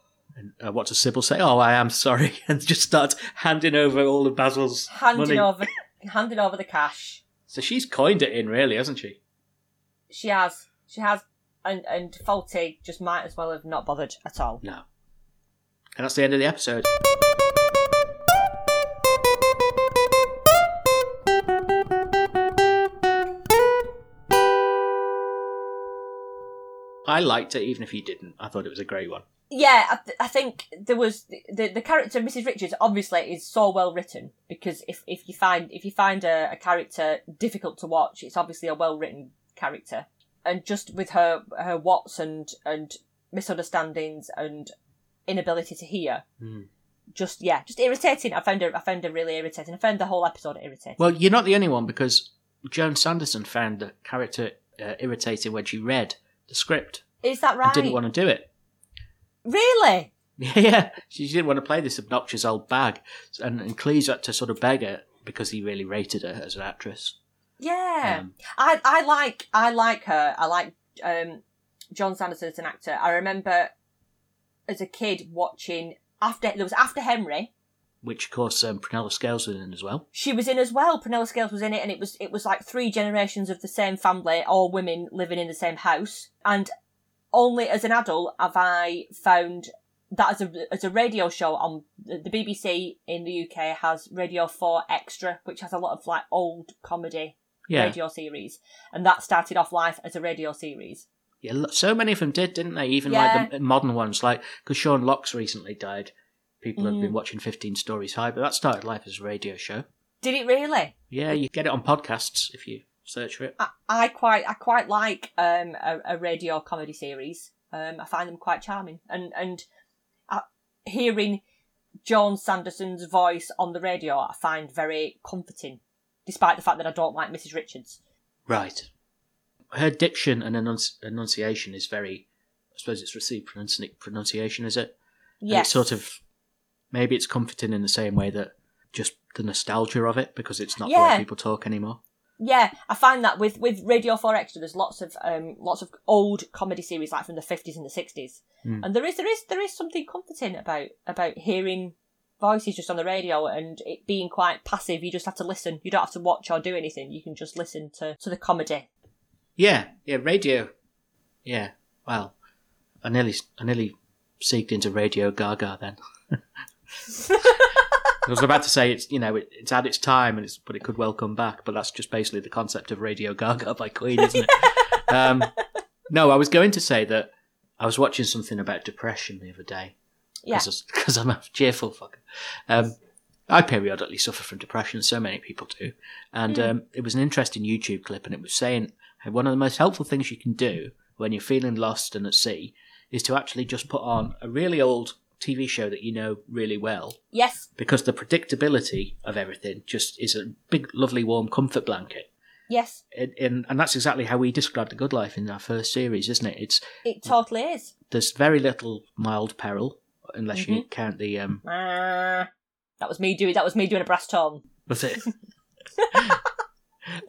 B: uh, what does Sybil say? Oh, I am sorry, <laughs> and just starts handing over all of Basil's
A: handing
B: money.
A: over handing over the cash.
B: So she's coined it in, really, hasn't she?
A: She has she has and and Faulty just might as well have not bothered at all.
B: No. And that's the end of the episode. I liked it, even if you didn't. I thought it was a great one.
A: Yeah, I, th- I think there was the the character Mrs. Richards obviously is so well written because if, if you find if you find a, a character difficult to watch, it's obviously a well written character. And just with her her whats and and misunderstandings and inability to hear,
B: Hmm.
A: just yeah, just irritating. I found her I found her really irritating. I found the whole episode irritating.
B: Well, you're not the only one because Joan Sanderson found the character uh, irritating when she read the script
A: is that right?
B: and didn't want to do it.
A: Really?
B: <laughs> Yeah, she didn't want to play this obnoxious old bag, and, and Cleves had to sort of beg her because he really rated her as an actress.
A: Yeah,
B: Um,
A: I I like I like her. I like um, John Sanderson as an actor. I remember as a kid watching after there was after Henry.
B: Which, of course, um, Prunella Scales was in as well.
A: She was in as well. Prunella Scales was in it, and it was it was like three generations of the same family, all women living in the same house. And only as an adult have I found that as a as a radio show on the the BBC in the UK has Radio Four Extra, which has a lot of like old comedy
B: Yeah,
A: radio series, and that started off life as a radio series.
B: yeah lo- so many of them did, didn't they? Even like the m- modern ones, like because Sean Locke's recently died. People have been watching 15 Stories High, but that started life as a radio show.
A: Did it really?
B: Yeah, you get it on podcasts if you search for it.
A: I, I quite I quite like um, a, a radio comedy series. Um, I find them quite charming, and and uh, hearing John Sanderson's voice on the radio, I find very comforting, despite the fact that I don't like Mrs. Richards.
B: Right. Her diction and enunci- enunciation is very, I suppose it's received pronunci- pronunciation, is it? And
A: Yes,
B: It's sort of maybe it's comforting in the same way that just the nostalgia of it because it's not the
A: Yeah.
B: way people talk anymore.
A: Yeah, I find that with with Radio Four Extra, there's lots of um lots of old comedy series like from the fifties and the sixties, and there is there is there is something comforting about about hearing voices just on the radio and it being quite passive. You just have to listen. You don't have to watch or do anything. You can just listen to to the comedy.
B: Yeah, yeah, radio. Yeah, well, I nearly, I nearly seeked into Radio Gaga then. I was about to say it's you know it, it's had its time and it's but it could well come back, but that's just basically the concept of Radio Gaga by Queen, isn't it? um, no, I was going to say that I was watching something about depression the other day.
A: Yeah.
B: because I'm a cheerful fucker. Um, I periodically suffer from depression, so many people do. And um, it was an interesting YouTube clip, and it was saying "Hey, one of the most helpful things you can do when you're feeling lost and at sea is to actually just put on a really old TV show that you know really well,
A: Yes,
B: because the predictability of everything just is a big, lovely, warm comfort blanket.
A: yes,
B: And, and, and that's exactly how we described the good life in our first series, isn't it? It's
A: it totally is.
B: there's very little mild peril, unless you count the um,
A: Ah, that was me doing that was me doing a brass tone.
B: was it?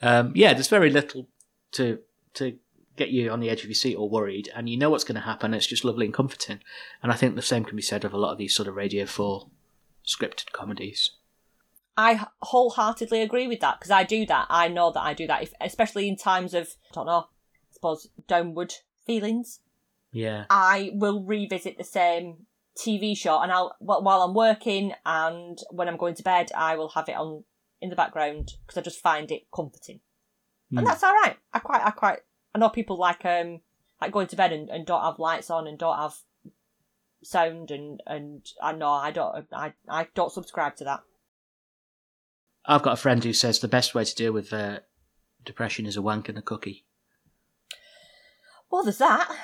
B: um, yeah, there's very little to to get you on the edge of your seat or worried, and you know what's going to happen. It's just lovely and comforting, and I think the same can be said of a lot of these sort of Radio Four scripted comedies.
A: I wholeheartedly agree with that because I do that. I know that I do that, if, especially in times of I don't know, I suppose downward feelings.
B: Yeah,
A: I will revisit the same TV show, and I'll wh- while I'm working and when I'm going to bed, I will have it on in the background because I just find it comforting,
B: Hmm.
A: and that's all right. I quite, I quite, I know people like um like going to bed and, and don't have lights on and don't have sound and and I know I don't I I don't subscribe to that.
B: I've got a friend who says the best way to deal with uh, depression is a wank and a cookie.
A: Well, there's that.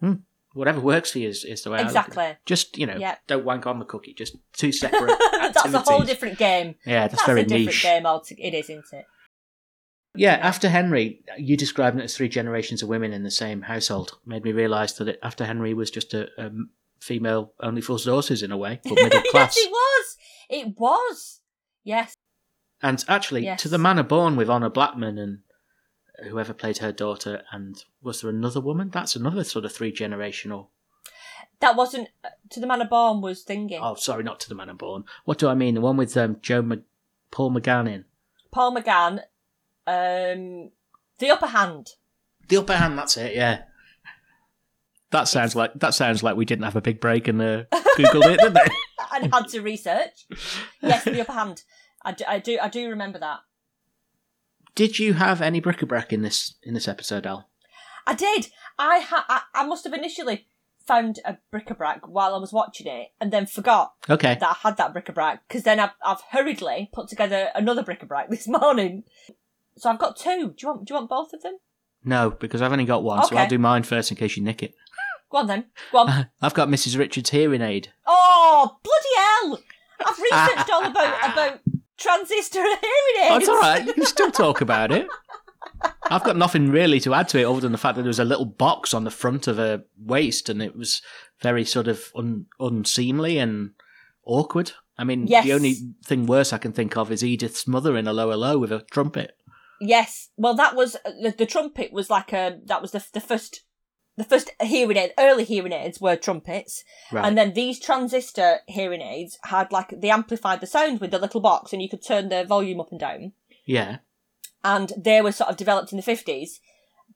A: <laughs>
B: Whatever works for you is, is the way. I look at it.
A: Exactly.
B: Just you know,
A: Yeah.
B: don't wank on the cookie. Just two separate.
A: <laughs> That's a whole
B: activities.
A: different game.
B: Yeah, that's, very
A: a different
B: niche.
A: game altogether. It is, isn't it?
B: Yeah, after Henry, you describing it as three generations of women in the same household made me realise that it, after Henry was just a, a female only for daughters in a way,
A: <laughs>
B: but middle class.
A: yes, it was. It was. Yes.
B: and actually,
A: Yes.
B: to the manner born with Honor Blackman and whoever played her daughter, and was there another woman? That's another sort of three generational.
A: That wasn't uh, to the man of born was thingy.
B: Oh, sorry, not to the manner born. What do I mean? The one with um, Joe Mc Paul McGann in
A: Paul McGann, um, the upper hand.
B: the upper hand. That's it. Yeah, That sounds like that sounds like we didn't have a big break and uh, googled it, did <laughs> they?
A: and had to research. Yes, the upper hand. I do, I do, I do remember that.
B: Did you have any bric-a-brac in this in this episode, Al?
A: I did. I ha- I, I must have initially found a bric-a-brac while I was watching it, and then forgot
B: Okay.
A: that I had that bric-a-brac because then I've, I've hurriedly put together another bric-a-brac <laughs> this morning. So I've got two. Do you want? Do you want both of them?
B: No, because I've only got one, so
A: Okay.
B: I'll do mine first in case you nick it.
A: Go on then. Go on.
B: I've got Mrs. Richards' hearing aid.
A: Oh, bloody hell! I've researched all
B: <laughs>
A: about about transistor <laughs> and hearing
B: Oh,
A: aids.
B: it's all right. You can still talk about it. I've got nothing really to add to it other than the fact that there was a little box on the front of her waist, and it was very sort of un- unseemly and awkward. I mean,
A: Yes.
B: the only thing worse I can think of is Edith's mother in a lower low with a trumpet.
A: Yes. Well, that was uh, the, the trumpet was like a that was the the first the first hearing aid early hearing aids were trumpets,
B: Right.
A: and then these transistor hearing aids had like they amplified the sound with the little box, and you could turn the volume up and down.
B: yeah.
A: And they were sort of developed in the fifties,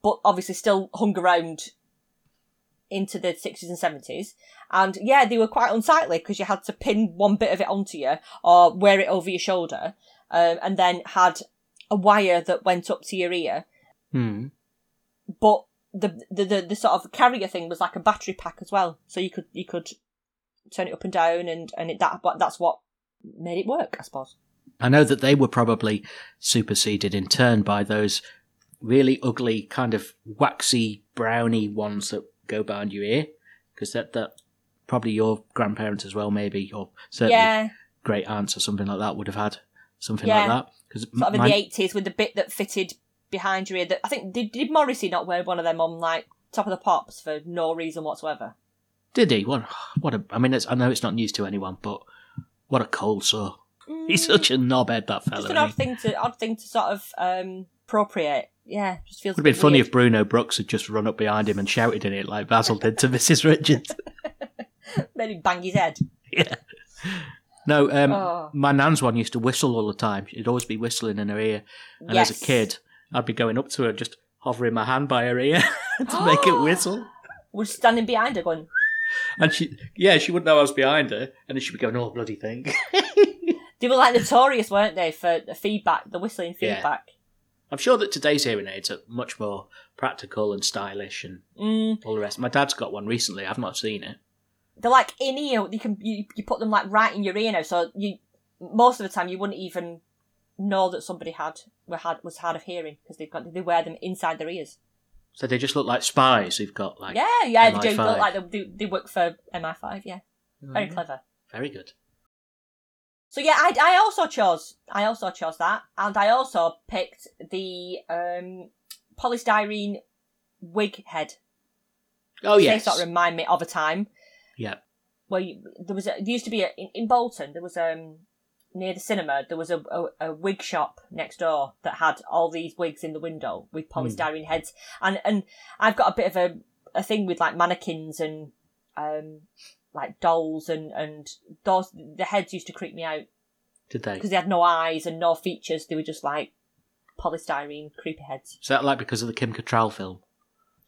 A: but obviously still hung around into the sixties and seventies. And yeah, they were quite unsightly because you had to pin one bit of it onto you or wear it over your shoulder, um, and then had a wire that went up to your ear
B: Hmm.
A: but the, the the the sort of carrier thing was like a battery pack as well, so you could you could turn it up and down, and and it, that but that's what made it work, I suppose.
B: I know that they were probably superseded in turn by those really ugly, kind of waxy, browny ones that go behind your ear, because that that probably your grandparents as well, maybe or certainly
A: Yeah,
B: great aunts or something like that would have had something
A: Yeah.
B: like that. Because
A: sort of in the eighties with the bit that fitted behind your ear. That I think did, did Morrissey not wear one of them on like top of the pops for no reason whatsoever.
B: did he? What what a I mean, it's, I know it's not news to anyone, but what a cold sore. He's such a knobhead that fellow.
A: Mm. Just an odd
B: Would
A: thing to odd thing to sort of um appropriate. Yeah, just feels.
B: have been funny
A: weird.
B: if Bruno Brooks had just run up behind him and shouted in it like Basil did to <laughs> Mrs. Richards.
A: made him bang his head.
B: yeah. No, um,
A: Oh.
B: my nan's one used to whistle all the time. She'd always be whistling in her ear. And as
A: Yes.
B: a kid, I'd be going up to her, just hovering my hand by her ear <laughs> to make
A: Oh.
B: it whistle.
A: We're standing behind her going.
B: And she, yeah, she wouldn't know I was behind her. And then she'd be going, oh, bloody thing. <laughs>
A: They were like notorious, weren't they, for the feedback, the whistling
B: Yeah.
A: feedback.
B: I'm sure that today's hearing aids are much more practical and stylish and
A: Mm,
B: all the rest. My dad's got one recently. I've not seen it.
A: they're like in ear. You can you, you put them like right in your ear now, so you most of the time you wouldn't even know that somebody had were had was hard of hearing because they've got they wear them inside their ears.
B: So they just look like spies who've got like.
A: Yeah, yeah, they do. They
B: MI5.
A: look like they, they work for MI5. Yeah,
B: Mm-hmm.
A: very clever.
B: Very good.
A: So yeah, I, I also chose I also chose that, and I also picked the um, polystyrene wig head.
B: Oh,
A: They
B: yes.
A: sort of remind me of a time
B: Yeah.
A: where you, there was a, there used to be a, in, in Bolton there was um near the cinema there was a, a, a wig shop next door that had all these wigs in the window with polystyrene heads and and I've got a bit of a a thing with like mannequins and um like dolls and and those the heads used to creep me out
B: Did they?
A: because they had no eyes and no features they were just like polystyrene creepy heads
B: Is that like because of the Kim Cattrall film?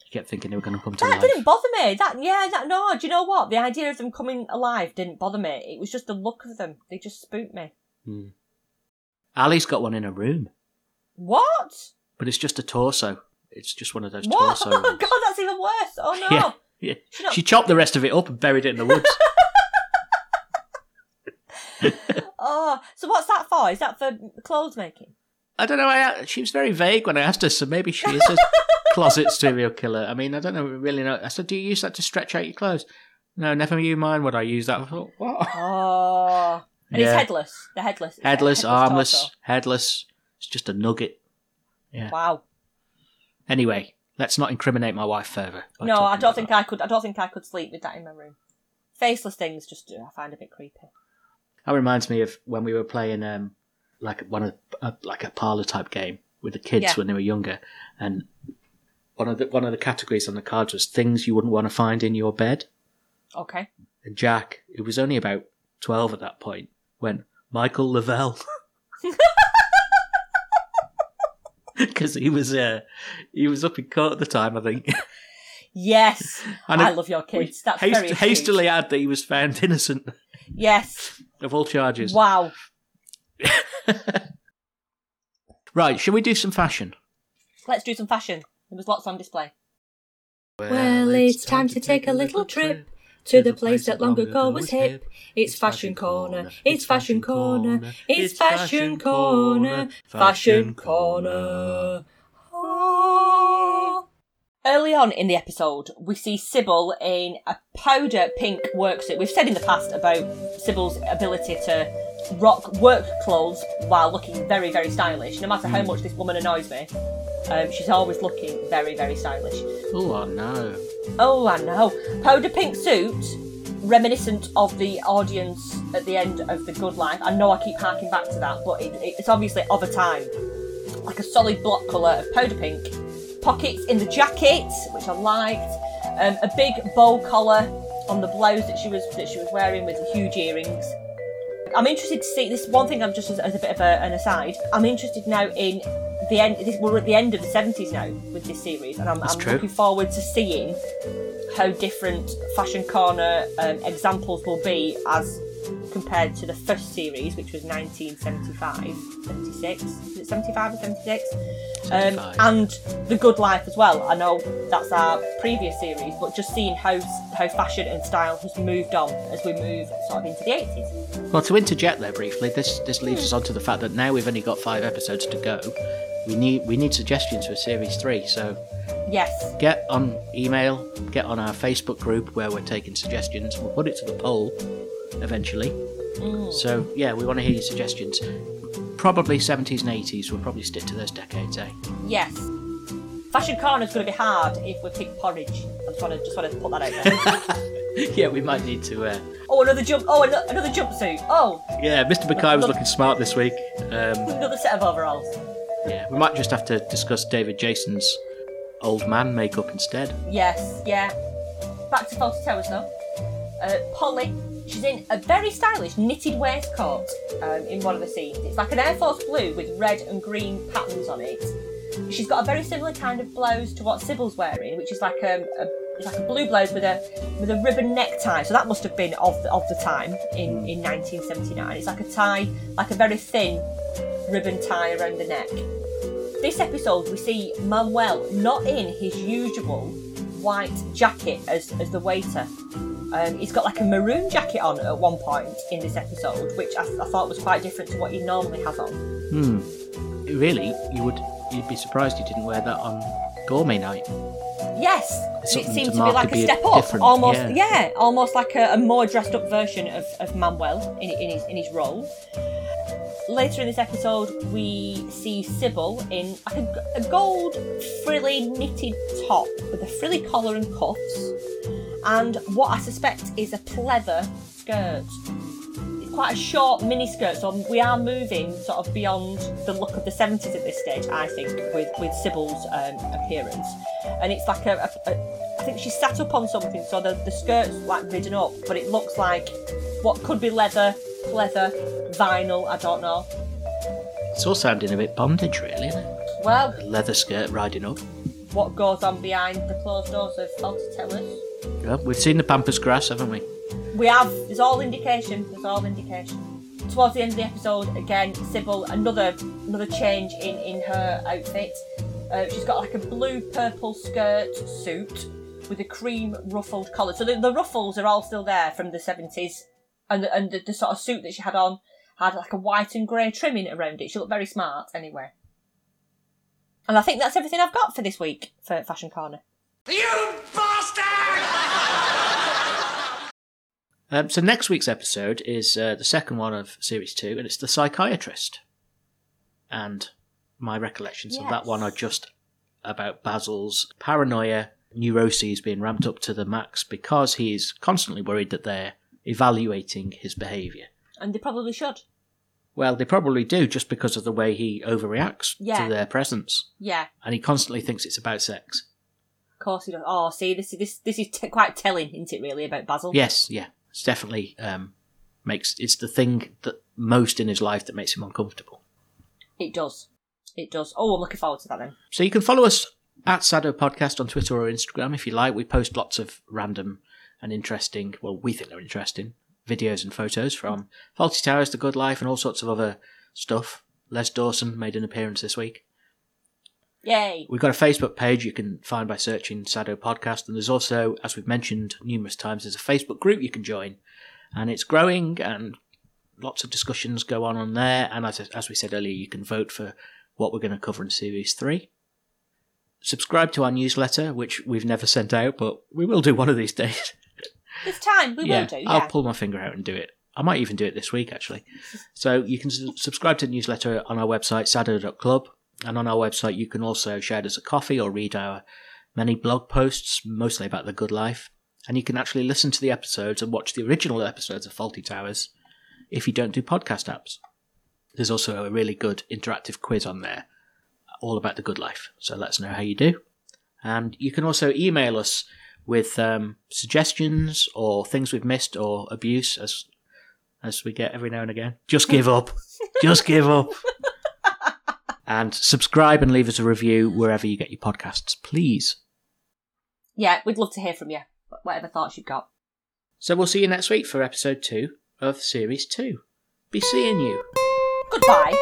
B: You kept thinking they were going to come to
A: that
B: life.
A: didn't bother me that yeah that no do you know what the idea of them coming alive didn't bother me it was just the look of them they just spooked me
B: Hmm. Ali's got one in her room,
A: What?
B: but it's just a torso. It's just one of those
A: What? <laughs>
B: torso.
A: Oh
B: ones.
A: god, that's even worse. Oh no.
B: Yeah, yeah. She chopped the rest of it up and buried it
A: <laughs>
B: in the woods.
A: Oh, so what's that for? Is that for clothes making?
B: I don't know. I, uh, she was very vague when I asked her, so maybe she is
A: <laughs>
B: a closet serial killer. I mean, I don't know really know. I said, "Do you use that to stretch out your clothes?" No, never you mind what I use that for.
A: <laughs>
B: What?
A: Oh. And
B: Yeah.
A: it's headless. They're headless.
B: Headless, armless,
A: torso.
B: headless. It's just a nugget. Yeah.
A: Wow.
B: Anyway, let's not incriminate my wife further. by
A: no,
B: talking
A: I
B: about
A: don't think
B: that.
A: I could I don't think I could sleep with that in my room. Faceless things just I find a bit creepy.
B: That reminds me of when we were playing um, like one of uh, like a parlor type game with the kids
A: Yeah.
B: when they were younger, and one of the one of the categories on the cards was things you wouldn't want to find in your bed.
A: Okay.
B: And Jack, who was only about twelve at that point, went Michael
A: <laughs>
B: Lavelle <laughs>
A: <laughs>
B: because he was uh, he was up in court at the time, I think.
A: Yes.
B: <laughs> And
A: I
B: it-
A: love your kids. That's
B: Hast-
A: very astute.
B: hastily add that he was found innocent
A: Yes.
B: of all charges.
A: Wow.
B: Right, shall we do some fashion?
A: Let's do some fashion. There was lots on display.
I: Well, it's time to take a little trip to the place that long ago was hip. It's Fashion Corner, it's Fashion Corner, it's Fashion Corner, Fashion Corner.
A: Early on in the episode, we see Sybil in a powder pink worksuit. We've said in the past about Sybil's ability to rock work clothes while looking very, very stylish. No matter how
I: Hmm.
A: much this woman annoys me, um, she's always looking very, very stylish.
B: Oh, I know.
A: Oh, I know. Powder pink suit, reminiscent of the audience at the end of The Good Life. I know I keep harking back to that, but it, it's obviously of a time. Like a solid block colour of powder pink. Pockets in the jacket, which I liked. Um, a big bow collar on the blouse that she was that she was wearing with huge earrings. I'm interested to see this. is One thing I'm just as, as a bit of a, an aside. I'm interested now in the end. This, we're at the end of the 70s now with this series, and I'm,
B: That's
A: I'm
B: true.
A: looking forward to seeing how different fashion corner um, examples will be as compared to the first series, which was 1975, 76, is it 75 or 76? Um,
B: 75.
A: and the Good Life as well. I know that's our previous series, but just seeing how how fashion and style has moved on as we move sort of into the 80s.
B: Well, to interject there briefly, this this leads us on to the fact that now we've only got five episodes to go. We need we need suggestions for series three, so
A: Yes,
B: get on email, get on our Facebook group where we're taking suggestions. We'll put it to the poll eventually.
I: Mm.
B: So yeah, we want to hear your suggestions. Probably 70s and 80s. We'll probably stick to those
I: <laughs>
B: decades, eh?
A: yes. Fashion corner's going to be hard if we pick porridge. I just want to just want to put that out there.
B: yeah, we might need to. Uh...
A: oh, another jump! Oh, ano- another jumpsuit! Oh,
B: Yeah, Mr. Mackay was looking smart this week. Um,
A: another set of overalls.
B: yeah, we might just have to discuss David Jason's old man makeup instead.
A: Yes, yeah. Back to Fawlty Towers though. Uh, Polly, she's in a very stylish knitted waistcoat um, in one of the scenes. It's like an Air Force blue with red and green patterns on it. She's got a very similar kind of blouse to what Sybil's wearing, which is like um, a it's like a blue blouse with a with a ribbon necktie. So that must have been of the, of the time in, in 1979. It's like a tie, like a very thin ribbon tie around the neck. This episode, we see Manuel not in his usual white jacket as, as the waiter. Um, he's got like a maroon jacket on at one point in this episode, which I, I thought was quite different to what he normally has on.
B: Really, you would you'd be surprised you didn't wear that on gourmet night.
A: Yes,
B: Something
A: it
B: to
A: seems to be
B: mark
A: like
B: a
A: a
B: bit
A: step up,
B: different,
A: almost.
B: yeah.
A: Yeah, almost like a, a more dressed up version of, of Manuel in, in his in his role. Later in this episode, we see Sybil in like a, a gold frilly knitted top with a frilly collar and cuffs, and what I suspect is a pleather skirt. It's quite a short mini skirt, so we are moving sort of beyond the look of the 70s at this stage, I think, with, with Sybil's um, appearance. And it's like a, a, a, I think she sat up on something, so the, the skirt's like ridden up, but it looks like what could be leather, pleather, vinyl, I don't know.
B: It's all sounding a bit bondage, really, isn't it?
A: Well,
B: A leather skirt riding up.
A: what goes on behind the closed doors of Fawlty Towers?
B: Yeah, we've seen the pampas grass, haven't we?
A: We have. There's all indication. There's all indication. Towards the end of the episode, again, Sybil, another another change in in her outfit. Uh, she's got like a blue purple skirt suit with a cream ruffled collar. So the, the ruffles are all still there from the seventies, and the, and the, the sort of suit that she had on had like a white and grey trimming around it. She looked very smart, anyway. And I think that's everything I've got for this week for Fashion Corner.
E: You bastard!
B: Um, so next week's episode is uh, the second one of series two, and it's the psychiatrist. And my recollections of that
A: Yes.
B: one are just about Basil's paranoia, neuroses being ramped up to the max because he is constantly worried that they're evaluating his behaviour.
A: And they probably should.
B: Well, they probably do just because of the way he overreacts
A: Yeah.
B: to their presence,
A: Yeah.
B: and he constantly thinks it's about sex.
A: Of course he does. Oh, see, this this this is t- quite telling, isn't it? Really about Basil.
B: Yes, yeah, it's definitely um, makes it's the thing that most in his life that makes him uncomfortable.
A: it does. It does. Oh, I'm looking forward to that then.
B: So you can follow us at Sado Podcast on Twitter or Instagram if you like. We post lots of random and interesting, well, we think they're interesting videos and photos from Faulty Towers, The Good Life, and all sorts of other stuff. Les Dawson made an appearance this week.
A: Yay.
B: We've got a Facebook page you can find by searching Sado Podcast, and there's also, as we've mentioned numerous times, there's a Facebook group you can join, and it's growing, and lots of discussions go on on there. And as as we said earlier, you can vote for what we're going to cover in series three. Subscribe to our newsletter, which we've never sent out, but we will do one of these <laughs> days.
A: This time we will do. Yeah.
B: I'll pull my finger out and do it. I might even do it this week, actually. So you can s- subscribe to the newsletter on our website, sado.club. And on our website, you can also share us a coffee or read our many blog posts, mostly about the good life. And you can actually listen to the episodes and watch the original episodes of Faulty Towers if you don't do podcast apps. There's also a really good interactive quiz on there, all about the good life. So let us know how you do. And you can also email us with um, suggestions or things we've missed or abuse as as we get every now and again. Just give up. Just give up. And subscribe and leave us a review wherever you get your podcasts, please.
A: Yeah, we'd love to hear from you. Whatever thoughts you've got.
B: So we'll see you next week for episode two of series two. Be seeing you.
A: Goodbye.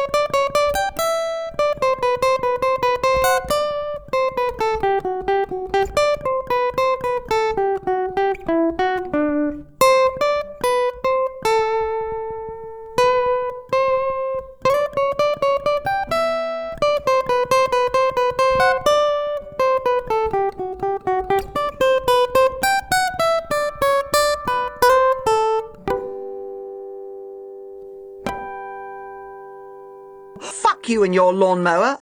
C: Fuck you and your lawnmower.